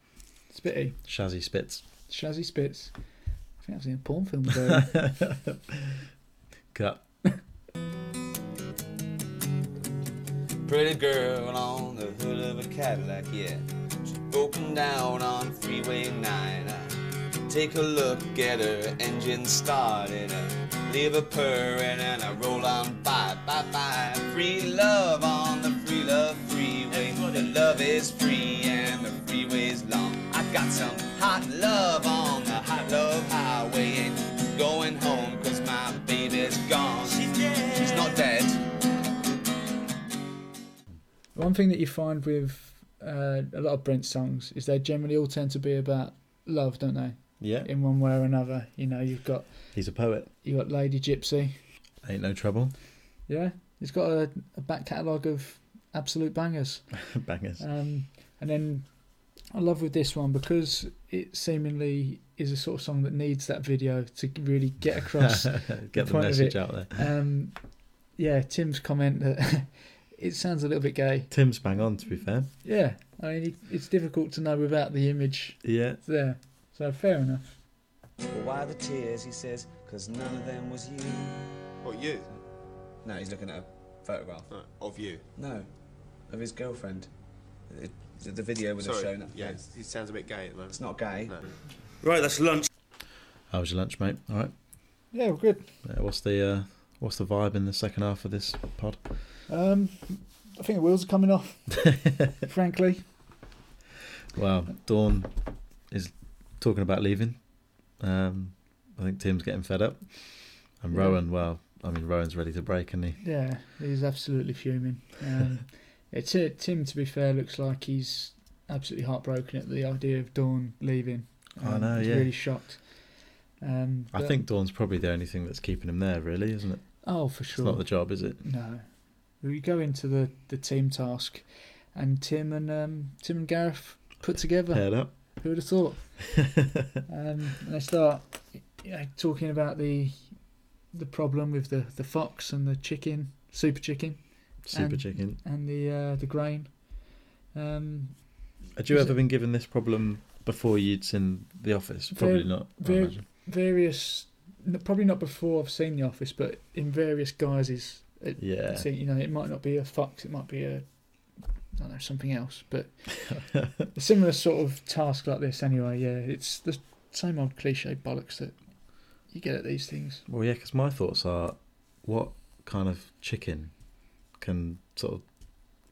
[SPEAKER 6] Spitty.
[SPEAKER 1] Shazzy Spitz.
[SPEAKER 6] Shazzy Spitz. I think that was in a porn film. though.
[SPEAKER 1] Cut.
[SPEAKER 4] Pretty girl on the hood of a Cadillac, yeah. She's broken down on Freeway 9. I take a look at her engine started. I leave a purring and I roll on by, bye, bye. Free love on the free love freeway. The love is free and the freeway's long. I got some hot love on the hot love highway. Ain't going home cause my baby's gone. She's dead. She's not dead.
[SPEAKER 6] One thing that you find with uh, a lot of Brent songs is they generally all tend to be about love, don't they?
[SPEAKER 1] Yeah,
[SPEAKER 6] In one way or another. You know, you've got
[SPEAKER 1] he's a poet.
[SPEAKER 6] you got Lady Gypsy.
[SPEAKER 1] Ain't no trouble.
[SPEAKER 6] Yeah, he's got a, a back catalogue of absolute bangers.
[SPEAKER 1] Bangers.
[SPEAKER 6] Um, and then I love with this one because it seemingly is a sort of song that needs that video to really get across.
[SPEAKER 1] Get the
[SPEAKER 6] point of
[SPEAKER 1] message
[SPEAKER 6] it-
[SPEAKER 1] out there.
[SPEAKER 6] um, yeah, Tim's comment that it sounds a little bit gay.
[SPEAKER 1] Tim's bang on, to be fair.
[SPEAKER 6] Yeah, I mean, it- it's difficult to know without the image
[SPEAKER 1] Yeah.
[SPEAKER 6] there. So fair enough.
[SPEAKER 4] But why the tears, he says, because none of them was you. What, you? No, he's looking at a photograph.
[SPEAKER 9] of you.
[SPEAKER 4] No, of his girlfriend. It- the- the video would have
[SPEAKER 9] Sorry,
[SPEAKER 4] shown up.
[SPEAKER 9] yeah,
[SPEAKER 4] no,
[SPEAKER 9] he sounds a bit gay at the moment.
[SPEAKER 4] It's not gay.
[SPEAKER 9] No.
[SPEAKER 8] Right, that's lunch.
[SPEAKER 1] How was your lunch, mate? All right.
[SPEAKER 6] Yeah, well, good.
[SPEAKER 1] Uh, what's the uh, what's the vibe in the second half of this pod?
[SPEAKER 6] Um, I think the wheels are coming off, frankly.
[SPEAKER 1] Wow, Dawn is talking about leaving. Um, I think Tim's getting fed up, and
[SPEAKER 6] Yeah.
[SPEAKER 1] Rowan. Well, I mean, Rowan's ready to break, and he.
[SPEAKER 6] Yeah, he's absolutely fuming. Um, it's it. Tim, to be fair, looks like he's absolutely heartbroken at the idea of Dawn leaving.
[SPEAKER 1] I know,
[SPEAKER 6] He's
[SPEAKER 1] yeah.
[SPEAKER 6] really shocked. Um,
[SPEAKER 1] I
[SPEAKER 6] but-
[SPEAKER 1] think Dawn's probably the only thing that's keeping him there, really, isn't it?
[SPEAKER 6] Oh, for
[SPEAKER 1] It's
[SPEAKER 6] sure.
[SPEAKER 1] not the job, is it?
[SPEAKER 6] No, we go into the the team task, and Tim and um, Tim and Gareth put together.
[SPEAKER 1] Head up.
[SPEAKER 6] Who would have thought? um, and they start you know, talking about the the problem with the, the fox and the chicken, super chicken,
[SPEAKER 1] Super
[SPEAKER 6] And-
[SPEAKER 1] chicken.
[SPEAKER 6] and the uh, the grain. Um,
[SPEAKER 1] Had you
[SPEAKER 6] is
[SPEAKER 1] ever
[SPEAKER 6] it-
[SPEAKER 1] been given this problem before you'd seen The Office? Probably
[SPEAKER 6] Very-
[SPEAKER 1] not. I
[SPEAKER 6] very-
[SPEAKER 1] imagine.
[SPEAKER 6] various, n- probably not before I've seen The Office, but in various guises. It,
[SPEAKER 1] Yeah.
[SPEAKER 6] so, you know, it might not be a fox, it might be a, I don't know, something else. But a similar sort of task like this, anyway. Yeah, it's the same old cliche bollocks that you get at these things.
[SPEAKER 1] Well, yeah, because my thoughts are, what kind of chicken can sort of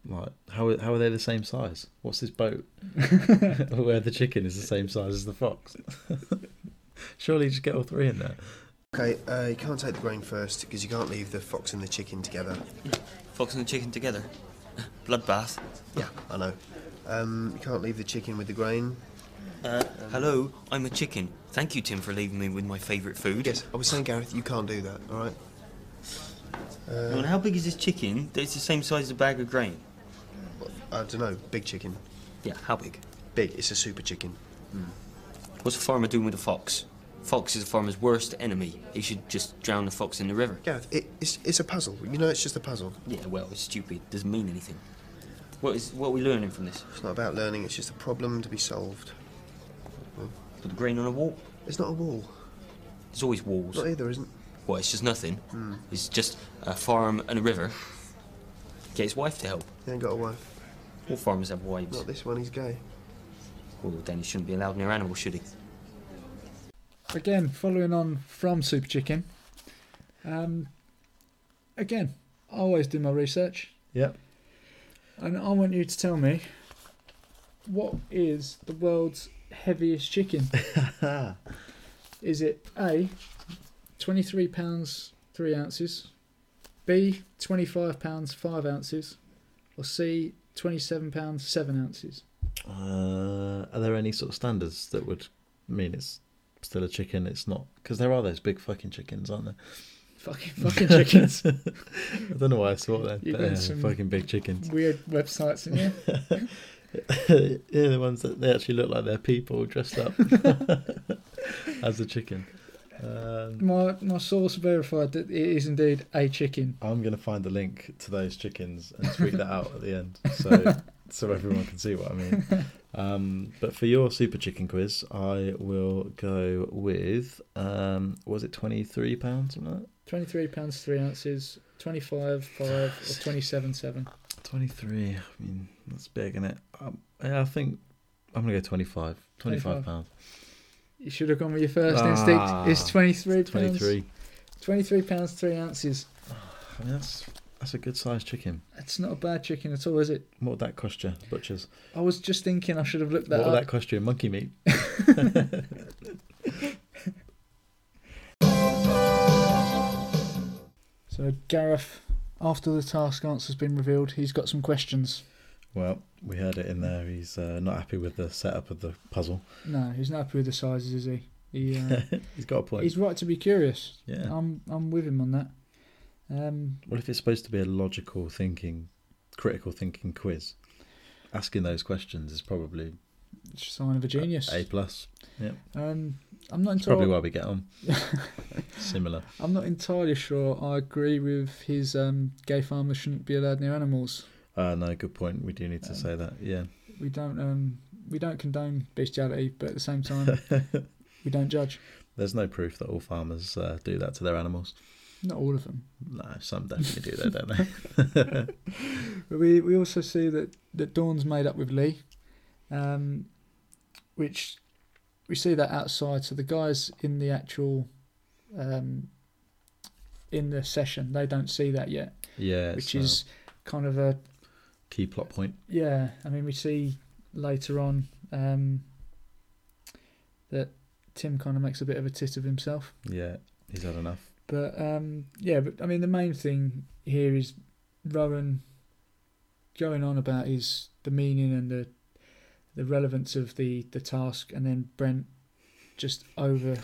[SPEAKER 1] like how are- how are they the same size? What's this boat where the chicken is the same size as the fox? Surely you just get all three in there.
[SPEAKER 9] Okay, uh, you can't take the grain first because you can't leave the fox and the chicken together.
[SPEAKER 2] Fox and the chicken together. Bloodbath.
[SPEAKER 9] Yeah, I know. Um, you can't leave the chicken with the grain.
[SPEAKER 2] Hello, I'm a chicken. Thank you, Tim, for leaving me with my favourite food.
[SPEAKER 9] Yes, I was saying, Gareth, you can't do that, alright?
[SPEAKER 2] Well, how big is this chicken? that It's the same size as a bag of grain.
[SPEAKER 9] I don't know, big chicken.
[SPEAKER 2] Yeah, how big?
[SPEAKER 9] Big, it's a super chicken.
[SPEAKER 2] What's a farmer doing with a fox? Fox is a farmer's worst enemy. He should just drown the fox in the river.
[SPEAKER 9] Gareth, it, it's, it's a puzzle. You know, it's just a puzzle.
[SPEAKER 2] Yeah, well, it's stupid. Doesn't mean anything. What is? What are we learning from this?
[SPEAKER 9] It's not about learning, it's just a problem to be solved.
[SPEAKER 2] Put the grain on a wall.
[SPEAKER 9] It's not a wall.
[SPEAKER 2] There's always walls.
[SPEAKER 9] Not either, isn't
[SPEAKER 2] Well, it's just nothing. It's just a farm and a river. Get his wife to help.
[SPEAKER 9] He ain't got a wife.
[SPEAKER 2] All farmers have wives.
[SPEAKER 9] Not this one, he's gay.
[SPEAKER 2] Well, then he shouldn't be allowed near animals, should he?
[SPEAKER 6] Again, following on from Super Chicken. Um, again, I always do my research.
[SPEAKER 1] Yep.
[SPEAKER 6] And I want you to tell me what is the world's heaviest chicken? is it A, 23 pounds 3 ounces, B, 25 pounds 5 ounces, or C, 27 pounds 7 ounces?
[SPEAKER 1] Uh, are there any sort of standards that would mean it's still a chicken? It's not because there are those big fucking chickens, aren't there?
[SPEAKER 6] Fucking, fucking chickens.
[SPEAKER 1] I don't know why I thought that.
[SPEAKER 6] You've
[SPEAKER 1] but,
[SPEAKER 6] got
[SPEAKER 1] yeah,
[SPEAKER 6] some-
[SPEAKER 1] fucking big chickens.
[SPEAKER 6] Weird websites in here.
[SPEAKER 1] yeah, the ones that they actually look like they're people dressed up as a chicken. Um,
[SPEAKER 6] My, my source verified that it is indeed a chicken.
[SPEAKER 1] I'm gonna find the link to those chickens and tweet that out at the end, so so everyone can see what I mean. Um, but for your super chicken quiz, I will go with um, was it twenty three pounds?
[SPEAKER 6] £23 pounds 3 ounces, 25 5 or 27 7.
[SPEAKER 1] Twenty three. I mean, that's big, isn't it? Um, yeah, I think I'm gonna go 25 25
[SPEAKER 6] 25.
[SPEAKER 1] pounds.
[SPEAKER 6] You should have gone with your first
[SPEAKER 1] Ah,
[SPEAKER 6] instinct. It's twenty three
[SPEAKER 1] Twenty
[SPEAKER 6] pounds.
[SPEAKER 1] three.
[SPEAKER 6] Twenty three pounds three ounces.
[SPEAKER 1] I mean, that's that's a good sized chicken.
[SPEAKER 6] It's not a bad chicken at all, is it?
[SPEAKER 1] What would that cost you, butchers?
[SPEAKER 6] I was just thinking I should have looked that
[SPEAKER 1] What would
[SPEAKER 6] up.
[SPEAKER 1] that cost you, monkey meat?
[SPEAKER 6] So Gareth, after the task answer's been revealed, he's got some questions.
[SPEAKER 1] Well, we heard it in there. He's uh, not happy with the setup of the puzzle.
[SPEAKER 6] No, he's not happy with the sizes, is he? He uh,
[SPEAKER 1] He's got a point.
[SPEAKER 6] he's Oh. right to be curious.
[SPEAKER 1] yeah.
[SPEAKER 6] I'm I'm with him on that. Um,
[SPEAKER 1] Well, if it's supposed to be a logical thinking, critical thinking quiz, asking those questions is probably
[SPEAKER 6] it's a sign of a genius.
[SPEAKER 1] a plus.
[SPEAKER 6] Um, I'm not
[SPEAKER 1] It's probably
[SPEAKER 6] entirely
[SPEAKER 1] why we get on. Similar.
[SPEAKER 6] I'm not entirely sure. I agree with his um, gay farmers shouldn't be allowed near animals.
[SPEAKER 1] Uh, no, good point. We do need to
[SPEAKER 6] Um,
[SPEAKER 1] say that. Yeah.
[SPEAKER 6] we don't um we don't condone bestiality, but at the same time, we don't judge.
[SPEAKER 1] There's no proof that all farmers uh, do that to their animals.
[SPEAKER 6] Not all of them.
[SPEAKER 1] No, some definitely do that, don't they?
[SPEAKER 6] But we we also see that that Dawn's made up with Lee, um, which we see that outside. So the guys in the actual, um, in the session, they don't see that yet,
[SPEAKER 1] Yeah. it's
[SPEAKER 6] which
[SPEAKER 1] a
[SPEAKER 6] is kind of a
[SPEAKER 1] key plot point.
[SPEAKER 6] yeah. I mean, we see later on um, that Tim kind of makes a bit of a tit of himself.
[SPEAKER 1] Yeah, he's had enough.
[SPEAKER 6] But um, yeah, but I mean, the main thing here is Rowan going on about his the meaning and the the relevance of the the task, and then Brent just over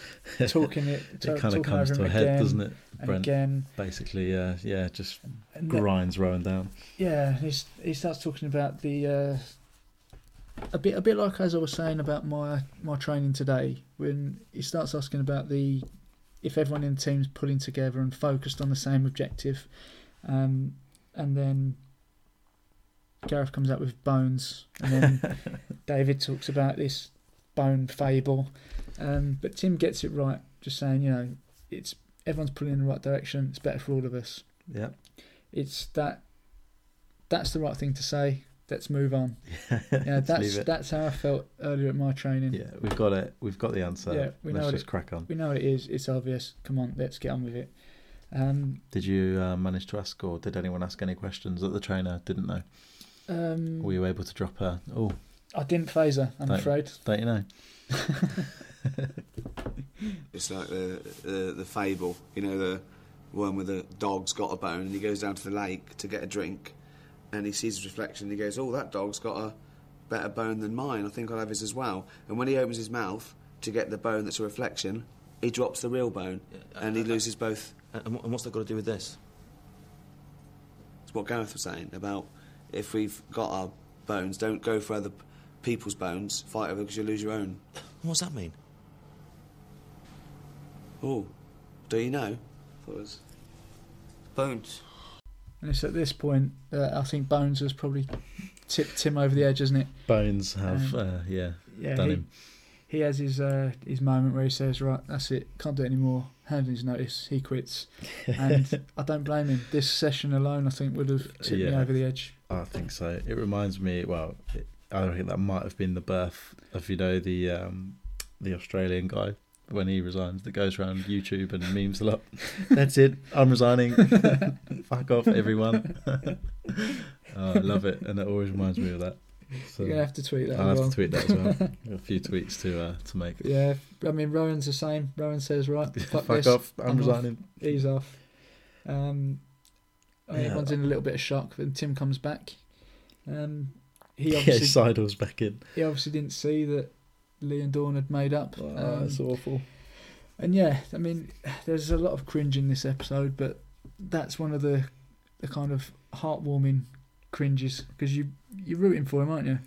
[SPEAKER 6] talking it.
[SPEAKER 1] It
[SPEAKER 6] to-
[SPEAKER 1] kind
[SPEAKER 6] talking
[SPEAKER 1] of comes
[SPEAKER 6] over
[SPEAKER 1] to
[SPEAKER 6] him
[SPEAKER 1] a head,
[SPEAKER 6] again
[SPEAKER 1] doesn't it?
[SPEAKER 6] And
[SPEAKER 1] Brent
[SPEAKER 6] again,
[SPEAKER 1] basically, uh, yeah, just
[SPEAKER 6] and then-
[SPEAKER 1] grinds Rowan down.
[SPEAKER 6] yeah, he s- he starts talking about the uh, a bit a bit like as I was saying about my my training today when he starts asking about the if everyone in the team's pulling together and focused on the same objective, um, and then Gareth comes out with bones, and then David talks about this bone fable, um, but Tim gets it right, just saying you know it's everyone's pulling in the right direction, it's better for all of us
[SPEAKER 1] Yeah,
[SPEAKER 6] it's that that's the right thing to say let's move on yeah
[SPEAKER 1] Let's
[SPEAKER 6] that's
[SPEAKER 1] leave it.
[SPEAKER 6] that's how i felt earlier at my training
[SPEAKER 1] yeah, we've got it. We've got the answer.
[SPEAKER 6] Yeah, we
[SPEAKER 1] Let's
[SPEAKER 6] know
[SPEAKER 1] just
[SPEAKER 6] it.
[SPEAKER 1] crack on.
[SPEAKER 6] we know it is it's obvious come on let's get on with it um
[SPEAKER 1] Did you uh, manage to ask, or did anyone ask any questions that the trainer didn't know?
[SPEAKER 6] um
[SPEAKER 1] Were you able to drop a? Oh,
[SPEAKER 6] i didn't phase her i'm
[SPEAKER 1] Don't-
[SPEAKER 6] afraid
[SPEAKER 1] don't you know?
[SPEAKER 6] Um,
[SPEAKER 4] It's like the, the the fable, you know, the one where the dog's got a bone and he goes down to the lake to get a drink, and he sees his reflection. and He goes, "Oh, that dog's got a better bone than mine. I think I'll have his as well." And when he opens his mouth to get the bone that's a reflection, he drops the real bone, and he loses both.
[SPEAKER 8] Uh, And, and what's that got to do with this?
[SPEAKER 4] It's what Gareth was saying about if we've got our bones, don't go for other p- people's bones. Fight over because you lose your own.
[SPEAKER 8] What's that mean?
[SPEAKER 4] Oh, do you know? Thought it was-
[SPEAKER 2] Bones.
[SPEAKER 6] and it's at this point that i think bones has probably tipped tim over the edge isn't it
[SPEAKER 1] Bones have,
[SPEAKER 6] Um,
[SPEAKER 1] uh, yeah,
[SPEAKER 6] yeah
[SPEAKER 1] done
[SPEAKER 6] he,
[SPEAKER 1] him.
[SPEAKER 6] he has his uh his moment where he says right that's it can't do it anymore hand in his notice he quits and i don't blame him this session alone i think would have tipped me
[SPEAKER 1] Yeah.
[SPEAKER 6] over the edge
[SPEAKER 1] I think so. It reminds me. Well, it, I think that might have been the birth of you know the um, the Australian guy when he resigns that goes around YouTube and memes a lot. That's it. I'm resigning. Fuck off, everyone. oh, I love it, and it always reminds me of that. So
[SPEAKER 6] You're gonna have to tweet that.
[SPEAKER 1] I'll have
[SPEAKER 6] as well.
[SPEAKER 1] to tweet that as well. a few tweets to uh, to make.
[SPEAKER 6] But yeah, I mean Rowan's the same. Rowan says right, fuck,
[SPEAKER 1] Fuck
[SPEAKER 6] this,
[SPEAKER 1] off. I'm,
[SPEAKER 6] I'm off.
[SPEAKER 1] resigning.
[SPEAKER 6] he's off. Um, I mean,
[SPEAKER 1] Yeah.
[SPEAKER 6] everyone's in a little bit of shock. Then Tim comes back. Um, he
[SPEAKER 1] Yeah,
[SPEAKER 6] obviously
[SPEAKER 1] Seidel's back in.
[SPEAKER 6] he obviously didn't see that Lee and Dawn had made up.
[SPEAKER 1] Oh,
[SPEAKER 6] Um,
[SPEAKER 1] that's awful.
[SPEAKER 6] and yeah, I mean, there's a lot of cringe in this episode, but that's one of the the kind of heartwarming cringes because you you're rooting for him, aren't you?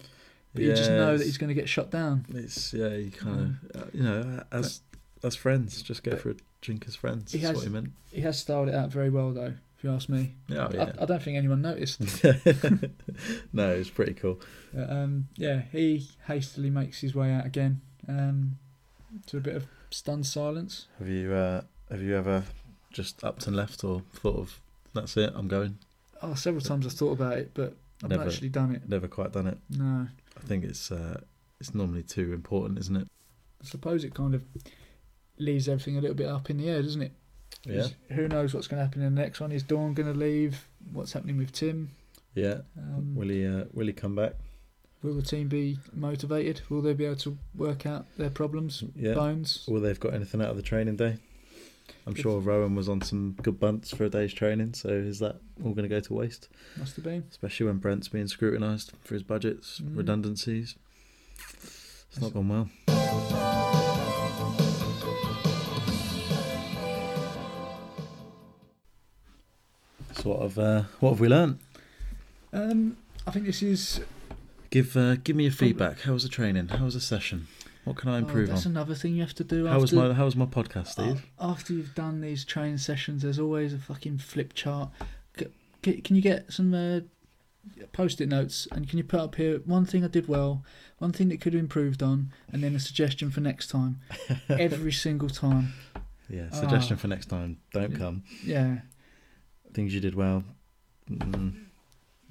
[SPEAKER 6] But you just know that
[SPEAKER 1] Yes.
[SPEAKER 6] he's going to get shot down.
[SPEAKER 1] It's yeah, you kind of you know as as friends, just go
[SPEAKER 6] Mm. but-
[SPEAKER 1] for a drink as friends.
[SPEAKER 6] He
[SPEAKER 1] That's what
[SPEAKER 6] has-
[SPEAKER 1] he meant.
[SPEAKER 6] He has styled it out very well, though. If you ask me,
[SPEAKER 1] Oh, yeah,
[SPEAKER 6] I, I don't think anyone noticed.
[SPEAKER 1] no, it's pretty cool.
[SPEAKER 6] Uh, um, yeah, he hastily makes his way out again um, to a bit of stunned silence.
[SPEAKER 1] Have you uh, have you ever just upped and left or thought of that's it? I'm going.
[SPEAKER 6] Oh, several times I've thought about it, but I've not
[SPEAKER 1] Never.
[SPEAKER 6] actually done it.
[SPEAKER 1] Never quite done it.
[SPEAKER 6] No,
[SPEAKER 1] I think it's uh, it's normally too important, isn't it?
[SPEAKER 6] I suppose it kind of leaves everything a little bit up in the air, doesn't it? 'Cause Who knows what's going to happen in the next one? Is Dawn going to leave? What's happening with Tim?
[SPEAKER 1] yeah.
[SPEAKER 6] Um,
[SPEAKER 1] Will he uh, will he come back?
[SPEAKER 6] will the team be motivated? Will they be able to work out their problems?
[SPEAKER 1] Yeah.
[SPEAKER 6] Bones.
[SPEAKER 1] Will they've got anything out of the training day? I'm
[SPEAKER 6] If-
[SPEAKER 1] sure Rowan was on some good bunts for a day's training, so is that all going to go to waste?
[SPEAKER 6] Must have been.
[SPEAKER 1] Especially when Brent's being scrutinised for his budgets,
[SPEAKER 6] Mm.
[SPEAKER 1] redundancies. It's not gone well. So what have uh, what have we learnt?
[SPEAKER 6] Um, I think this is
[SPEAKER 1] Give uh, give me your feedback. How was the training? How was the session? What can I improve
[SPEAKER 6] oh, that's
[SPEAKER 1] on?
[SPEAKER 6] another thing you have to do.
[SPEAKER 1] How
[SPEAKER 6] after
[SPEAKER 1] was my how was my podcast, Steve?
[SPEAKER 6] after you've done these training sessions, there's always a fucking flip chart. C- c- Can you get some uh, post-it notes and can you put up here one thing I did well, one thing that could have improved on, and then a suggestion for next time? Every single time,
[SPEAKER 1] yeah, suggestion
[SPEAKER 6] Ah.
[SPEAKER 1] for next time. Don't come.
[SPEAKER 6] yeah.
[SPEAKER 1] Things you did well. Mm,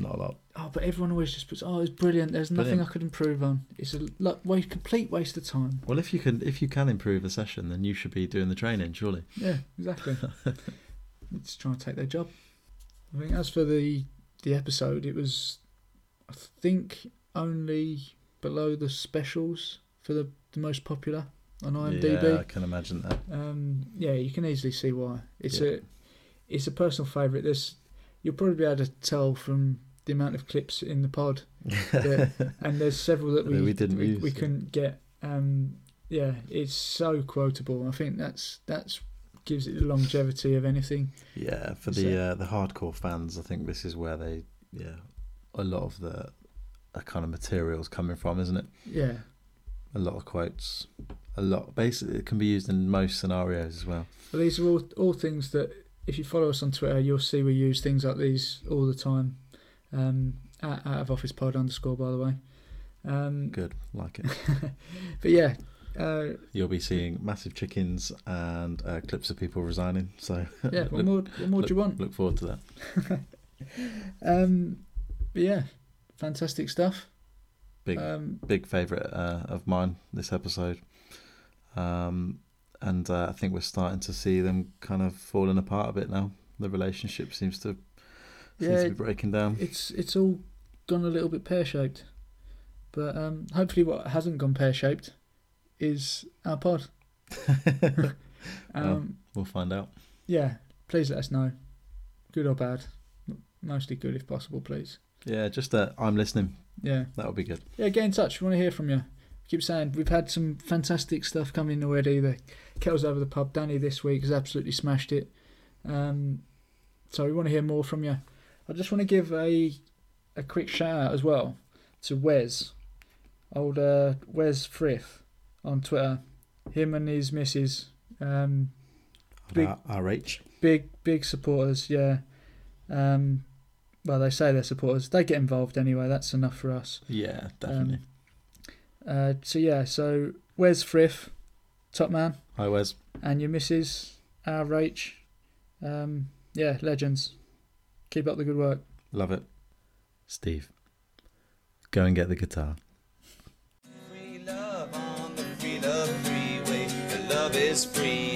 [SPEAKER 1] not a lot.
[SPEAKER 6] Oh, but everyone always just puts, "Oh, it's brilliant." There's nothing
[SPEAKER 1] Brilliant.
[SPEAKER 6] I could improve on. It's a like, wa- complete waste of time.
[SPEAKER 1] Well, if you can if you can improve the session, then you should be doing the training, surely.
[SPEAKER 6] Yeah, exactly. Let's try and take their job. I think as for the the episode, it was I think only below the specials for the, the most popular on IMDb.
[SPEAKER 1] Yeah, I can imagine that.
[SPEAKER 6] Um, yeah, you can easily see why. It's a it's a personal favourite. This you'll probably be able to tell from the amount of clips in the pod, that, and there's several that
[SPEAKER 1] That
[SPEAKER 6] we
[SPEAKER 1] we didn't
[SPEAKER 6] we,
[SPEAKER 1] use,
[SPEAKER 6] we
[SPEAKER 1] yeah.
[SPEAKER 6] couldn't get. Um, yeah, it's so quotable. I think that's that's gives it the longevity of anything.
[SPEAKER 1] Yeah, for
[SPEAKER 6] Is
[SPEAKER 1] the
[SPEAKER 6] it-
[SPEAKER 1] uh, the hardcore fans, I think this is where they yeah a lot of the uh, kind of materials coming from, isn't it?
[SPEAKER 6] Yeah,
[SPEAKER 1] A lot of quotes, a lot. Basically, it can be used in most scenarios as well.
[SPEAKER 6] Well, these are all all things that if you follow us on Twitter, you'll see we use things like these all the time. Um, at, out of office pod underscore by the way. Um,
[SPEAKER 1] Good, like it.
[SPEAKER 6] but yeah, uh,
[SPEAKER 1] You'll be seeing massive chickens and uh, clips of people resigning. So
[SPEAKER 6] yeah. What
[SPEAKER 1] Look-
[SPEAKER 6] more? What more do you want?
[SPEAKER 1] look forward to that.
[SPEAKER 6] Um, but yeah, fantastic stuff.
[SPEAKER 1] Big
[SPEAKER 6] Um,
[SPEAKER 1] big favourite uh, of mine this episode. Um, and uh, I think we're starting to see them kind of falling apart a bit now. The relationship seems to seems
[SPEAKER 6] Yeah,
[SPEAKER 1] to be breaking down.
[SPEAKER 6] it's it's all gone a little bit pear shaped, but um, hopefully what hasn't gone pear shaped is our pod. um,
[SPEAKER 1] We'll find out.
[SPEAKER 6] Yeah, please let us know, good or bad. M- Mostly good if possible, please.
[SPEAKER 1] Yeah, just uh, I'm listening.
[SPEAKER 6] Yeah,
[SPEAKER 1] That would be good.
[SPEAKER 6] yeah. Get in touch. We want to hear from you. Keep saying we've had some fantastic stuff coming in already. The Kettle's over the pub. Danny this week has absolutely smashed it. Um, so we want to hear more from you. I just want to give a a quick shout out as well to Wes, old uh, Wes Frith on Twitter. Him and his missus, um, Big-
[SPEAKER 1] RH.
[SPEAKER 6] big big supporters. Yeah, um, well they say they're supporters. They get involved anyway. That's enough for us.
[SPEAKER 1] Yeah, definitely.
[SPEAKER 6] Um, Uh, so yeah, so Wes Frith, top man.
[SPEAKER 1] Hi Wes.
[SPEAKER 6] and your missus, our Rach. Um, yeah, legends. Keep up the good work.
[SPEAKER 1] Love it. Steve. Go and get the guitar.
[SPEAKER 4] Free love on the free love freeway. The love is free